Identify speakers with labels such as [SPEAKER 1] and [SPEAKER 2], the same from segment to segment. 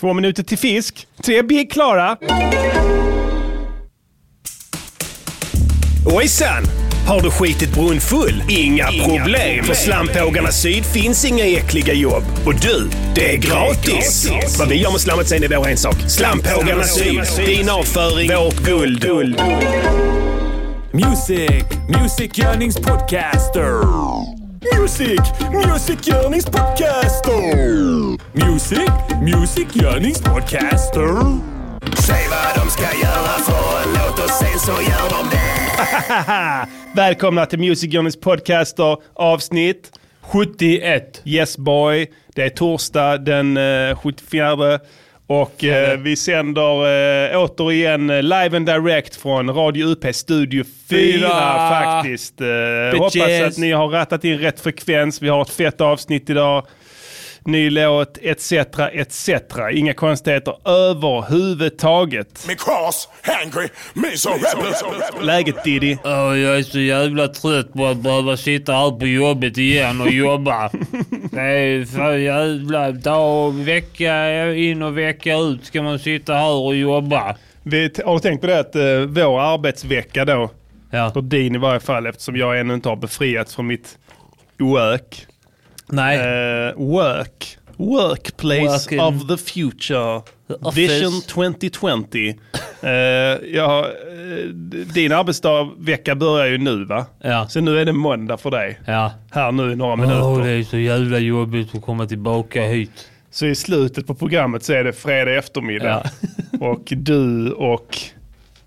[SPEAKER 1] Två minuter till fisk. Tre blir klara.
[SPEAKER 2] Ojsan! Har du skitit brunn full? Inga, problem, för Slampågarna Syd finns inga äckliga jobb. Och du, det är gratis! Vad vi gör med slammet sen är vår ensak. Slampågarna Syd, din avföring, vårt guld.
[SPEAKER 3] Music, musikgörningspodcaster. Music, musikgörningspodcaster. Music, musikgörningspodcaster.
[SPEAKER 2] Säg vad de ska göra för en låt och sen så gör de det.
[SPEAKER 1] Välkomna till Music Journeys podcaster avsnitt
[SPEAKER 4] 71.
[SPEAKER 1] Yes boy. Det är torsdag den eh, 74 och eh, vi sänder eh, återigen eh, live and direct från Radio UP studio 4
[SPEAKER 4] Fyra.
[SPEAKER 1] faktiskt. Eh, hoppas att ni har rattat in rätt frekvens. Vi har ett fett avsnitt idag. Ny låt etc. etc. Inga konstigheter överhuvudtaget.
[SPEAKER 5] Because hungry, me so rebel.
[SPEAKER 1] Läget Diddy?
[SPEAKER 4] Åh, jag är så jävla trött på att behöva sitta här på jobbet igen och jobba. Det är för jävla dag och vecka in och vecka ut ska man sitta här och jobba.
[SPEAKER 1] Vi t- har du tänkt på det att eh, vår arbetsvecka då,
[SPEAKER 4] Ja.
[SPEAKER 1] för din i varje fall eftersom jag ännu inte har befriats från mitt work.
[SPEAKER 4] Nej.
[SPEAKER 1] Eh, work. Workplace
[SPEAKER 4] Working.
[SPEAKER 1] of the future.
[SPEAKER 4] office.
[SPEAKER 1] Vision 2020. Eh, ja, eh, d- din arbetsdag vecka börjar ju nu va?
[SPEAKER 4] Ja.
[SPEAKER 1] Så nu är det måndag för dig.
[SPEAKER 4] Ja. Oh,
[SPEAKER 1] Här nu i några minuter.
[SPEAKER 4] Åh, det är så jävla jobbigt att komma tillbaka hit.
[SPEAKER 1] Så i slutet på programmet så är det fredag eftermiddag. och du och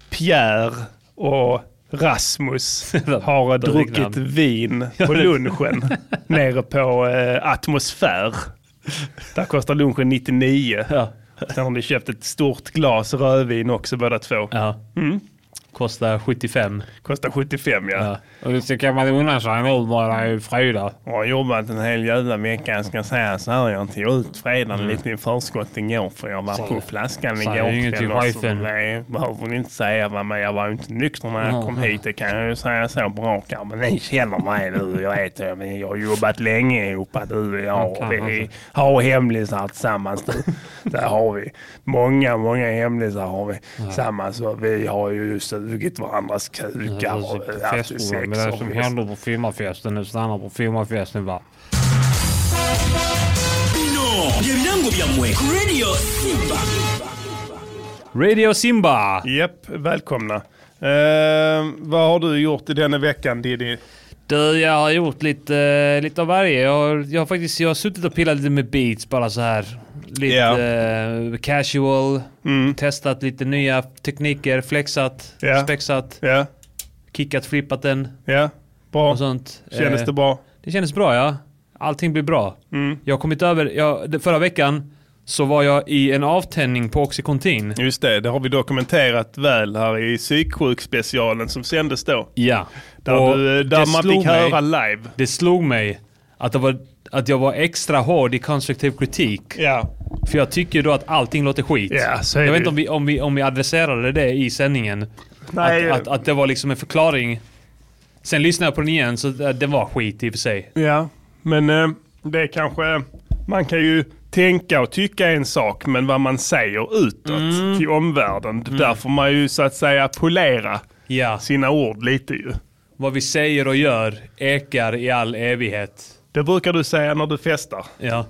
[SPEAKER 1] Pierre och Rasmus
[SPEAKER 4] Vad
[SPEAKER 1] har druckit
[SPEAKER 4] namn.
[SPEAKER 1] vin på lunchen nere på eh, Atmosfär. Där kostar lunchen 99.
[SPEAKER 4] Ja.
[SPEAKER 1] Sen har ni köpt ett stort glas rödvin också båda två.
[SPEAKER 4] Ja. Kostar 75.
[SPEAKER 1] Kostar 75 ja.
[SPEAKER 4] Ja. Och så kan man unna sig nu när det är fredag.
[SPEAKER 1] Jag har jobbat en hel jävla vecka. Jag ska säga så här, jag tog ut fredagen lite i förskott igår för jag var på flaskan
[SPEAKER 4] Mm. Säg
[SPEAKER 1] igår kväll.
[SPEAKER 4] inget till
[SPEAKER 1] och så-
[SPEAKER 4] chefen.
[SPEAKER 1] Nej, behöver ni inte säga vad, men jag var ju inte nykter när jag
[SPEAKER 4] Mm.
[SPEAKER 1] kom hit. Det kan jag ju säga så på rak arm. Men ni känner mig nu. Jag vet jag, men jag har jobbat länge ihop, du och jag.
[SPEAKER 4] Okej,
[SPEAKER 1] vi
[SPEAKER 4] okej.
[SPEAKER 1] har hemlisar tillsammans nu. Där har vi. Många, många hemlisar har vi tillsammans. Och vi har ju sugit varandras
[SPEAKER 4] Det
[SPEAKER 1] kukar och
[SPEAKER 4] är
[SPEAKER 1] haft sex.
[SPEAKER 4] festbordet, men det
[SPEAKER 1] och
[SPEAKER 4] som
[SPEAKER 1] visst.
[SPEAKER 4] händer på firmafesten, det stannar på firmafesten va. Radio Simba!
[SPEAKER 1] Japp, välkomna. Eh, vad har du gjort i denna veckan Diddy?
[SPEAKER 4] Du, jag har gjort lite, eh, lite av varje. Jag har, jag har faktiskt jag har suttit och pillat lite med beats bara så här. Lite
[SPEAKER 1] Ja. Mm.
[SPEAKER 4] eh, casual, testat lite nya tekniker, flexat,
[SPEAKER 1] Ja.
[SPEAKER 4] spexat,
[SPEAKER 1] Ja,
[SPEAKER 4] kickat, flippat den
[SPEAKER 1] ja, bra.
[SPEAKER 4] och sånt.
[SPEAKER 1] Kändes
[SPEAKER 4] Eh,
[SPEAKER 1] det bra? Mm.
[SPEAKER 4] Det kändes bra ja. Allting blir bra. Jag har kommit över, jag, det- förra veckan så var jag i en avtändning på Oxycontin.
[SPEAKER 1] Just det, det har vi dokumenterat väl här i psyksjukspecialen som sändes då.
[SPEAKER 4] Ja.
[SPEAKER 1] Där,
[SPEAKER 4] Och
[SPEAKER 1] du, eh,
[SPEAKER 4] det
[SPEAKER 1] där man
[SPEAKER 4] slog
[SPEAKER 1] fick
[SPEAKER 4] mig-
[SPEAKER 1] höra live.
[SPEAKER 4] Det slog mig att, det var, att jag var extra hård i konstruktiv kritik.
[SPEAKER 1] Ja,
[SPEAKER 4] För jag tycker då att allting låter skit.
[SPEAKER 1] Ja, så är
[SPEAKER 4] jag
[SPEAKER 1] det
[SPEAKER 4] vet
[SPEAKER 1] ju.
[SPEAKER 4] inte om vi, om, vi, om vi adresserade det i sändningen.
[SPEAKER 1] Nej.
[SPEAKER 4] Att, att, att det var liksom en förklaring. Sen lyssnade jag på den igen så det det var skit i och för sig.
[SPEAKER 1] ja. men eh, det är kanske... Man kan ju tänka och tycka en sak, men vad man säger utåt
[SPEAKER 4] Mm.
[SPEAKER 1] till omvärlden, där får man ju så att säga polera
[SPEAKER 4] Ja,
[SPEAKER 1] sina ord lite ju.
[SPEAKER 4] vad vi säger och gör ekar i all evighet.
[SPEAKER 1] Det brukar du säga när du festar.
[SPEAKER 4] Ja.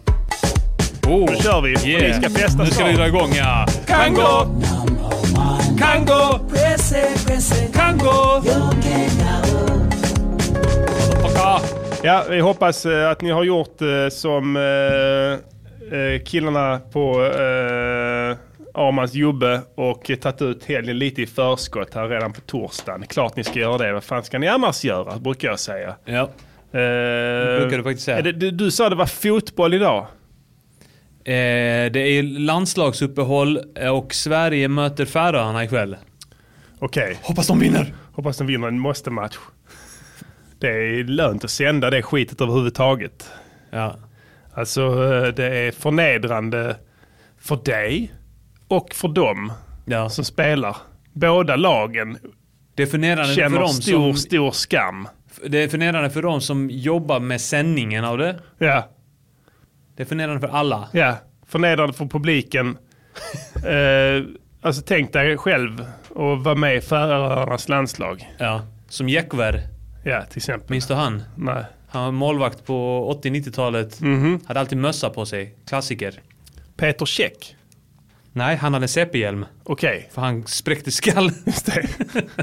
[SPEAKER 4] Oh.
[SPEAKER 1] Nu kör vi. Vi ska festa
[SPEAKER 4] Nu ska
[SPEAKER 1] snart.
[SPEAKER 4] vi dra igång ja. Kango! Kango! Kango! Motherfucker.
[SPEAKER 1] Ja, vi hoppas eh, att ni har gjort eh, som eh, eh, killarna på eh, Armans jobbe och eh, tagit ut helgen lite i förskott här redan på torsdagen. Klart ni ska göra det. Vad fan ska ni annars göra? Brukar jag säga. Eh,
[SPEAKER 4] Ja. brukar du faktiskt säga.
[SPEAKER 1] är det- Du, du sa det var fotboll idag.
[SPEAKER 4] Eh, det är landslagsuppehåll eh, och Sverige möter Färöarna ikväll.
[SPEAKER 1] Okej,
[SPEAKER 4] Hoppas de vinner!
[SPEAKER 1] hoppas de vinner en måste-match. Det är lönt att sända det skitet överhuvudtaget.
[SPEAKER 4] Ja.
[SPEAKER 1] Alltså eh, det är förnedrande för dig och för dem
[SPEAKER 4] ja.
[SPEAKER 1] som spelar. Båda lagen
[SPEAKER 4] Det är förnedrande för
[SPEAKER 1] känner
[SPEAKER 4] dem
[SPEAKER 1] stor,
[SPEAKER 4] som...
[SPEAKER 1] stor skam.
[SPEAKER 4] Det är förnedrande för dem som jobbar med sändningen av det.
[SPEAKER 1] Ja,
[SPEAKER 4] Det är förnedrande för alla.
[SPEAKER 1] ja. Förnedrande för publiken Eh, alltså tänk dig själv och vara med i Färöarnas landslag.
[SPEAKER 4] Ja. Som Jäckver.
[SPEAKER 1] Ja, till exempel.
[SPEAKER 4] Minns du han?
[SPEAKER 1] Nej.
[SPEAKER 4] Han var målvakt på 80-90-talet.
[SPEAKER 1] Mhm.
[SPEAKER 4] Hade alltid mössa på sig. Klassiker.
[SPEAKER 1] Peter Käck.
[SPEAKER 4] Nej, han hade en CP-hjälm.
[SPEAKER 1] Okej,
[SPEAKER 4] För han spräckte skallen.
[SPEAKER 1] just det.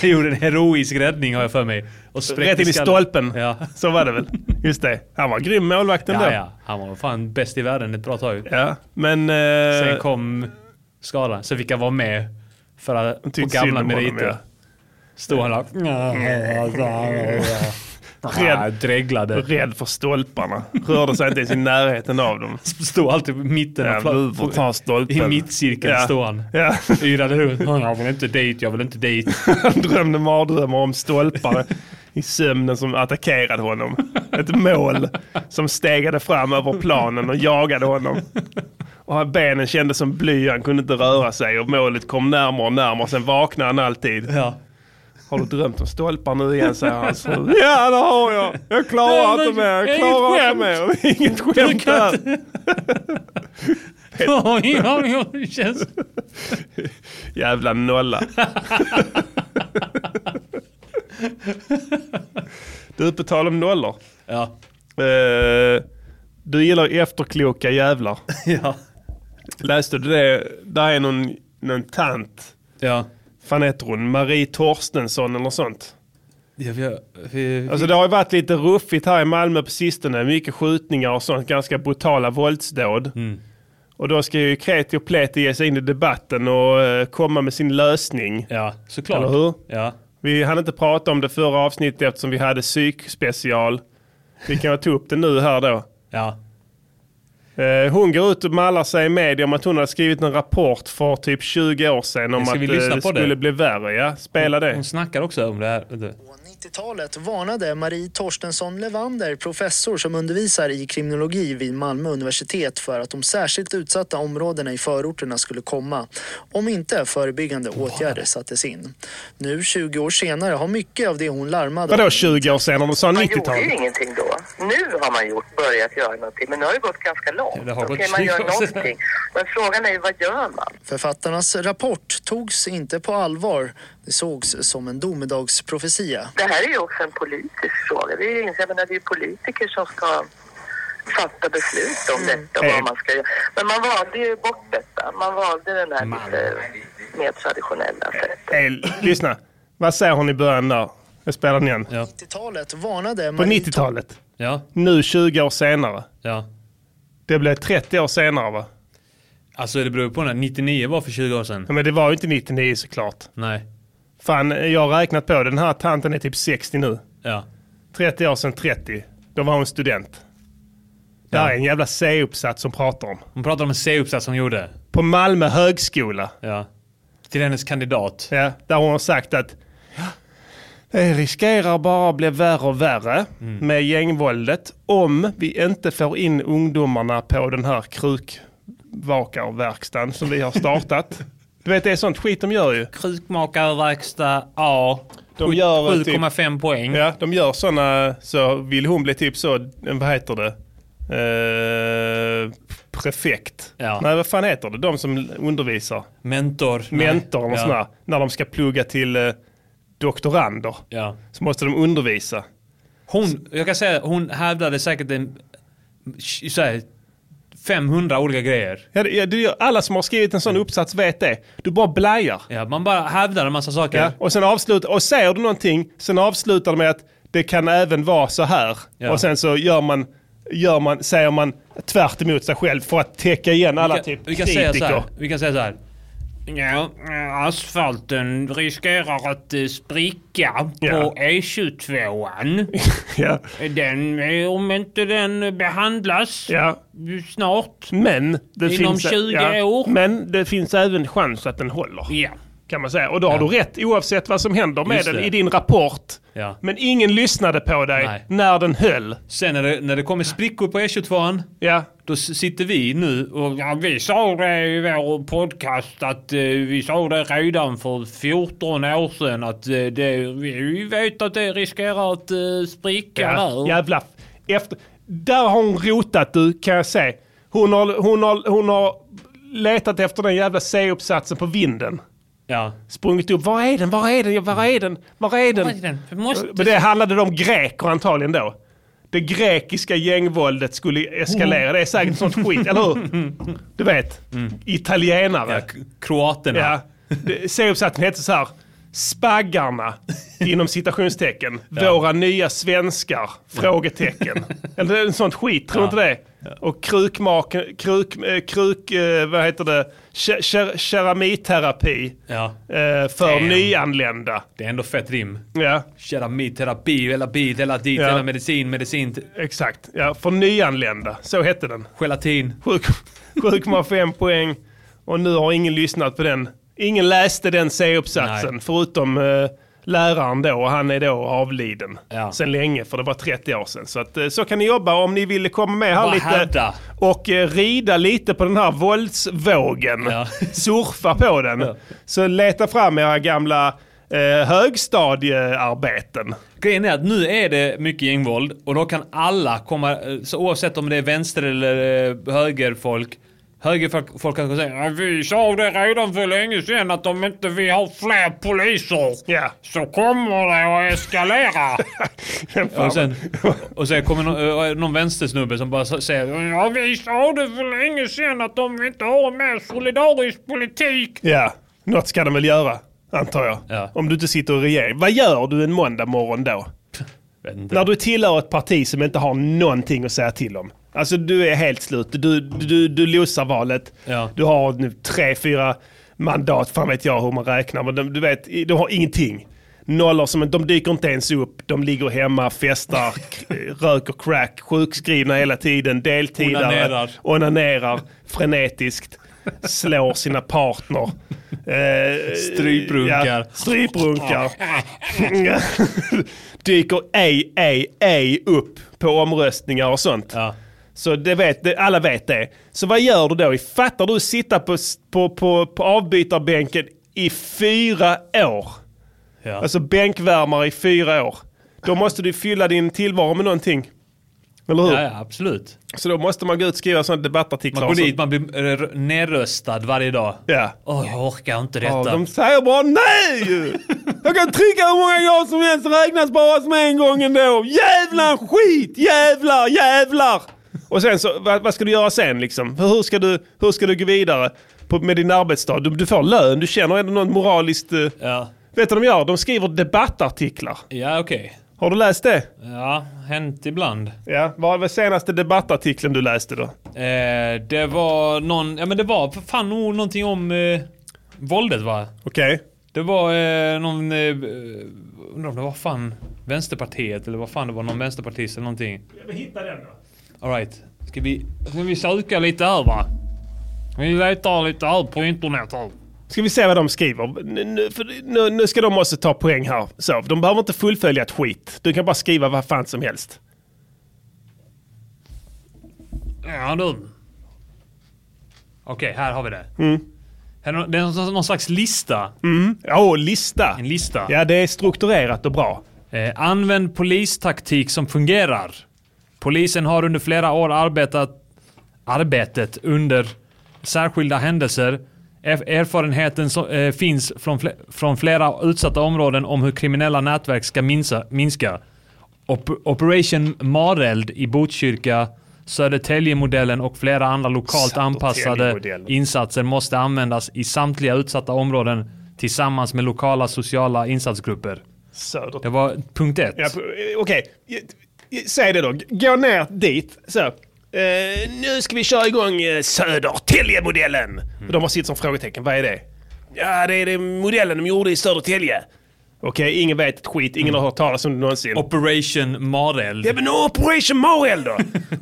[SPEAKER 4] Han gjorde en heroisk räddning har jag för mig. Och spräckte
[SPEAKER 1] Rätt in i
[SPEAKER 4] skallen.
[SPEAKER 1] stolpen.
[SPEAKER 4] Ja.
[SPEAKER 1] Så var det väl. Just det. Han var grym målvakt ändå.
[SPEAKER 4] Ja, ja. Han var fan bäst i världen ett bra tag.
[SPEAKER 1] Ja, men... eh,
[SPEAKER 4] Sen kom skadan. Så fick han vara med för att, på
[SPEAKER 1] tyckte synd
[SPEAKER 4] gamla
[SPEAKER 1] om honom,
[SPEAKER 4] meriter.
[SPEAKER 1] ja.
[SPEAKER 4] Stod han och
[SPEAKER 1] Rädd.
[SPEAKER 4] dreglade.
[SPEAKER 1] Rädd för stolparna. Rörde sig inte ens i närheten av dem.
[SPEAKER 4] Stod alltid i mitten.
[SPEAKER 1] Ja,
[SPEAKER 4] av pla-
[SPEAKER 1] du får ta stolpen.
[SPEAKER 4] I mittcirkeln
[SPEAKER 1] Ja.
[SPEAKER 4] stod han.
[SPEAKER 1] Ja,
[SPEAKER 4] Yrade runt. Jag vill inte dit, jag vill inte dit.
[SPEAKER 1] han drömde mardrömmar om stolpar i sömnen som attackerade honom. Ett mål som stegade fram över planen och jagade honom. Och benen kändes som bly, han kunde inte röra sig och målet kom närmare och närmare. Sen vaknade han alltid.
[SPEAKER 4] Ja.
[SPEAKER 1] Har du drömt om stolpar nu igen? säger han. Så, ja det har jag. Jag klarar inte mer. Jag klarar inte mer. Inget skämt där.
[SPEAKER 6] Ja, ja, ja, det känns...
[SPEAKER 1] Jävla nolla. du, på tal om nollor.
[SPEAKER 4] Ja.
[SPEAKER 1] Eh, du gillar ju efterkloka jävlar.
[SPEAKER 4] Ja.
[SPEAKER 1] Läste du det? Där är någon, någon tant.
[SPEAKER 4] Ja.
[SPEAKER 1] Fan heter hon? Marie Torstensson eller sånt.
[SPEAKER 4] Ja, vi- vi-
[SPEAKER 1] Alltså det har ju varit lite ruffigt här i Malmö på sistone. Mycket skjutningar och sånt. Ganska brutala våldsdåd. Och då ska ju Kreti och Pleti ge sig in i debatten och eh, komma med sin lösning.
[SPEAKER 4] ja, såklart.
[SPEAKER 1] Eller hur?
[SPEAKER 4] Ja.
[SPEAKER 1] Vi hann inte prata om det förra avsnittet eftersom vi hade psykspecial. Vi kan ta upp det nu här då.
[SPEAKER 4] Ja.
[SPEAKER 1] Eh, Hon går ut och mallar sig i media om att hon hade skrivit en rapport för typ 20 år sedan om
[SPEAKER 4] Ska
[SPEAKER 1] att
[SPEAKER 4] vi
[SPEAKER 1] eh,
[SPEAKER 4] lyssna
[SPEAKER 1] det
[SPEAKER 4] på det?
[SPEAKER 1] skulle bli värre. Ja, spela det.
[SPEAKER 4] Hon snackar också om det här. vet du.
[SPEAKER 7] På 90-talet varnade Marie Torstensson Levander, professor som undervisar i kriminologi vid Malmö universitet för att de särskilt utsatta områdena i förorterna skulle komma om inte förebyggande åtgärder sattes in. Nu 20 år senare har mycket av det hon larmade
[SPEAKER 1] Vadå 20 år sedan? Om du sa
[SPEAKER 8] Man gjorde ju
[SPEAKER 1] 90-talet?
[SPEAKER 8] ingenting då. Nu har man gjort, börjat göra någonting, men nu har det gått ganska långt.
[SPEAKER 4] Det har gått
[SPEAKER 8] Okej, man gör
[SPEAKER 4] 20 år sedan.
[SPEAKER 8] någonting. Men frågan är ju, vad gör man?
[SPEAKER 7] Författarnas rapport togs inte på allvar. Det sågs som en domedagsprofetia.
[SPEAKER 8] Det här är ju också en politisk fråga. Det är ju, ingen- jag menar, det är ju politiker som ska fatta beslut
[SPEAKER 4] Mm.
[SPEAKER 8] om detta
[SPEAKER 4] Eh.
[SPEAKER 8] och vad man ska göra. Men man valde ju bort detta. Man valde den här lite mer traditionella sättet.
[SPEAKER 1] Nej, Eh, lyssna. Vad säger hon i början där? Jag spelar den igen.
[SPEAKER 4] Ja.
[SPEAKER 7] 90-talet varnade
[SPEAKER 1] På
[SPEAKER 7] Marie
[SPEAKER 1] 90-talet.
[SPEAKER 4] Ja.
[SPEAKER 1] Nu 20 år senare.
[SPEAKER 4] Ja.
[SPEAKER 1] Det blev 30 år senare va?
[SPEAKER 4] Alltså det beror på när. 99 var för 20 år sedan.
[SPEAKER 1] Ja, Men det var ju inte 99 såklart.
[SPEAKER 4] Nej.
[SPEAKER 1] Fan, jag har räknat på det. Den här tanten är typ 60 nu.
[SPEAKER 4] Ja.
[SPEAKER 1] 30 år sedan 30. Då var hon student. Det här är en jävla C-uppsats som pratar om.
[SPEAKER 4] Hon pratar om en C-uppsats hon gjorde.
[SPEAKER 1] På Malmö högskola.
[SPEAKER 4] Ja. Till hennes kandidat.
[SPEAKER 1] Ja, där hon har sagt att det riskerar bara att bli värre och värre med gängvåldet om vi inte får in ungdomarna på den här krukvakarverkstan som vi har startat. du vet, det är sånt skit de gör ju.
[SPEAKER 4] Krukmakarverkstad A.
[SPEAKER 1] De gör väl typ-
[SPEAKER 4] 7,5 poäng.
[SPEAKER 1] Ja, de gör sådana, så vill hon bli typ så, eh, vad heter det? Eh, prefekt.
[SPEAKER 4] Ja.
[SPEAKER 1] Nej, vad fan heter det? De som undervisar.
[SPEAKER 4] Mentor. Nej.
[SPEAKER 1] Mentor och
[SPEAKER 4] ja.
[SPEAKER 1] sådana. När de ska plugga till eh, doktorander.
[SPEAKER 4] Ja.
[SPEAKER 1] Så måste de undervisa.
[SPEAKER 4] Hon, jag kan säga, hon hävdade säkert en, så här, 500 olika grejer.
[SPEAKER 1] Ja, det- ja, du, gör- alla som har skrivit en sån uppsats vet det. Du bara blajar.
[SPEAKER 4] Ja, man bara hävdar en massa saker.
[SPEAKER 1] Ja. Och sen avslutar, och säger du någonting, sen avslutar de med att det kan även vara så här.
[SPEAKER 4] Ja.
[SPEAKER 1] Och sen så gör man, gör man, säger man tvärt emot sig själv för att täcka igen alla
[SPEAKER 4] vi kan,
[SPEAKER 1] typ
[SPEAKER 4] vi kan
[SPEAKER 1] kritiker.
[SPEAKER 4] säga så här. Vi kan säga så här.
[SPEAKER 6] Ja, asfalten riskerar att eh, spricka
[SPEAKER 1] Ja.
[SPEAKER 6] på E22.
[SPEAKER 1] Ja.
[SPEAKER 6] Den, eh, om inte den behandlas
[SPEAKER 1] Ja.
[SPEAKER 6] snart.
[SPEAKER 1] Men, det
[SPEAKER 6] Inom
[SPEAKER 1] finns,
[SPEAKER 6] 20
[SPEAKER 1] ja.
[SPEAKER 6] år.
[SPEAKER 1] men det finns även chans att den håller.
[SPEAKER 6] Ja.
[SPEAKER 1] Kan man säga. Och då har du rätt oavsett vad som händer med
[SPEAKER 4] Just
[SPEAKER 1] den
[SPEAKER 4] det.
[SPEAKER 1] i din rapport.
[SPEAKER 4] Ja.
[SPEAKER 1] Men ingen lyssnade på dig
[SPEAKER 4] Nej.
[SPEAKER 1] när den höll.
[SPEAKER 4] Sen när det, när det kommer sprickor på E E22,
[SPEAKER 1] Ja.
[SPEAKER 4] då s- sitter vi nu och...
[SPEAKER 6] Ja, vi sa det i vår podcast att eh, vi sa det redan för 14 år sedan att eh, det, vi vi vet att det riskerar att eh, spricka
[SPEAKER 1] Ja,
[SPEAKER 6] där.
[SPEAKER 1] jävla... f- Efter, där har hon rotat du, kan jag säga. Hon har, hon har, hon har letat efter den jävla C-uppsatsen på vinden.
[SPEAKER 4] Ja.
[SPEAKER 1] Sprungit upp, var är den, var är den, var är den, var är den? Men det handlade om greker antagligen då. Det grekiska gängvåldet skulle eskalera. Det är säkert sånt skit, eller hur? Du vet, italienare.
[SPEAKER 4] k- Kroaterna.
[SPEAKER 1] Ja. Det- C-uppsatsen hette så här. Spaggarna, inom citationstecken. Våra nya svenskar, frågetecken. Eller det är en sånt skit, tror du inte det? Och krukmaken, kruk, eh, kruk, eh, vad heter det, Ke- ke- keramiterapi
[SPEAKER 4] Ja.
[SPEAKER 1] eh, för
[SPEAKER 4] Damn.
[SPEAKER 1] nyanlända.
[SPEAKER 4] Det är ändå fett rim.
[SPEAKER 1] Ja,
[SPEAKER 4] Keramikterapi, hela bit, hela dit,
[SPEAKER 1] Ja.
[SPEAKER 4] hela medicin, medicin, t-
[SPEAKER 1] exakt. Ja, för nyanlända, så hette den.
[SPEAKER 4] gelatin.
[SPEAKER 1] Sjuk- 7,5 poäng och nu har ingen lyssnat på den. Ingen läste den C-uppsatsen förutom eh, läraren då och han är då avliden
[SPEAKER 4] Ja.
[SPEAKER 1] sen länge för det var 30 år sedan. Så, att, eh, så kan ni jobba om ni vill komma med här
[SPEAKER 4] Bara
[SPEAKER 1] lite
[SPEAKER 4] hävda.
[SPEAKER 1] och eh, rida lite på den här våldsvågen.
[SPEAKER 4] Ja.
[SPEAKER 1] Surfa på den. Så leta fram era gamla eh, högstadiearbeten.
[SPEAKER 4] Grejen är att nu är det mycket gängvåld och då kan alla komma, eh, så oavsett om det är vänster eller eh, högerfolk, högerfolk folk kan säga
[SPEAKER 6] Ja, Vi sa det redan för länge sedan att om inte vi har fler poliser
[SPEAKER 1] Ja.
[SPEAKER 6] så kommer det att eskalera.
[SPEAKER 4] och sen, och sen kommer någon, eh, någon vänstersnubbe som bara så- säger
[SPEAKER 6] Ja, vi sa det för länge sedan att om vi inte har en mer solidarisk politik.
[SPEAKER 1] Ja, något ska de väl göra, antar jag.
[SPEAKER 4] Ja.
[SPEAKER 1] Om du inte sitter och regerar. Vad gör du en måndag morgon då?
[SPEAKER 4] "Vet inte."
[SPEAKER 1] När du tillhör ett parti som inte har någonting att säga till om. Alltså du är helt slut. Du, du, du losar valet.
[SPEAKER 4] Ja.
[SPEAKER 1] Du har nu tre, fyra mandat. Fan vet jag hur man räknar. Men de, du vet, i- de har ingenting. Nollor som de dyker inte ens upp. De ligger hemma, festar, k- röker crack, sjukskrivna hela tiden, deltidare,
[SPEAKER 4] Onanerar.
[SPEAKER 1] onanerar frenetiskt, slår sina partner. Eh,
[SPEAKER 4] Stryprunkar.
[SPEAKER 1] Ja, stryprunkar. Ja. Dyker ej, ej, ej upp på omröstningar och sånt.
[SPEAKER 4] Ja.
[SPEAKER 1] Så det vet, det, alla vet det. Så vad gör du då? Fattar du sitta på, s- på, på, på avbytarbänken i fyra år?
[SPEAKER 4] Ja.
[SPEAKER 1] Alltså bänkvärmare i fyra år. Då måste du fylla din tillvaro med någonting. Eller hur?
[SPEAKER 4] Ja, ja, absolut.
[SPEAKER 1] Så då måste man gå ut och skriva sådana debattartiklar.
[SPEAKER 4] Man går
[SPEAKER 1] och så-
[SPEAKER 4] dit, man blir eh, r- nerröstad varje dag.
[SPEAKER 1] Ja.
[SPEAKER 4] Åh, jag orkar inte
[SPEAKER 1] Ja,
[SPEAKER 4] detta.
[SPEAKER 1] de säger bara nej! Jag kan trycka hur många gånger som helst, räknas bara som en gång ändå. Jävlar skit! Jävlar, jävlar! Och sen så, vad, vad ska du göra sen liksom? Hur hur ska du, hur ska du gå vidare på, med din arbetsdag? Du, du får lön, du känner ändå något moraliskt... eh,
[SPEAKER 4] Ja,
[SPEAKER 1] Vet du vad de gör? De skriver debattartiklar.
[SPEAKER 4] ja okej.
[SPEAKER 1] Har du läst det?
[SPEAKER 4] Ja, hänt ibland.
[SPEAKER 1] Ja, vad var senaste debattartikeln du läste då?
[SPEAKER 4] Eh, det var någon, ja men det var för fan nog någonting om eh, våldet va?
[SPEAKER 1] Okej.
[SPEAKER 4] Det var eh, någon, eh, undrar om det var fan Vänsterpartiet eller vad fan det var, någon vänsterpartist eller någonting.
[SPEAKER 1] Hitta den då.
[SPEAKER 4] Alright, ska vi...
[SPEAKER 6] Ska vi söka lite här va? Vi letar lite här på internet här.
[SPEAKER 1] Ska vi se vad de skriver. Nu, nu, för nu, nu ska de också ta poäng här. Så, de behöver inte fullfölja ett skit. Du kan bara skriva vad fan som helst.
[SPEAKER 4] Ja du. Okej, här har vi det.
[SPEAKER 1] Mm.
[SPEAKER 4] Här är nå- Det är någon, någon slags lista.
[SPEAKER 1] Ja, och lista.
[SPEAKER 4] En lista.
[SPEAKER 1] Ja, det är strukturerat och bra.
[SPEAKER 4] Eh, använd polistaktik som fungerar. Polisen har under flera år arbetat arbetet under särskilda händelser. Erf- erfarenheten som, eh, finns från, fle- från flera utsatta områden om hur kriminella nätverk ska minsa, minska. Op- Operation Mareld i Botkyrka, Södertäljemodellen och flera andra lokalt anpassade
[SPEAKER 1] Södertäljemodellen.
[SPEAKER 4] insatser måste användas i samtliga utsatta områden tillsammans med lokala sociala insatsgrupper.
[SPEAKER 1] Söder.
[SPEAKER 4] Det var punkt ett.
[SPEAKER 1] Ja, p- eh, Okej, Eh, eh, säg det då. G- Gå ner dit. Så. Eh, nu ska vi köra igång uh, Södertälje-modellen. Och De har sitt som frågetecken. Vad är det? Ja, det är den modellen de gjorde i Södertälje. Okej, ingen vet ett skit. Ingen har hört talas om det någonsin.
[SPEAKER 4] Operation Mareld.
[SPEAKER 1] Ja men Operation Morel då!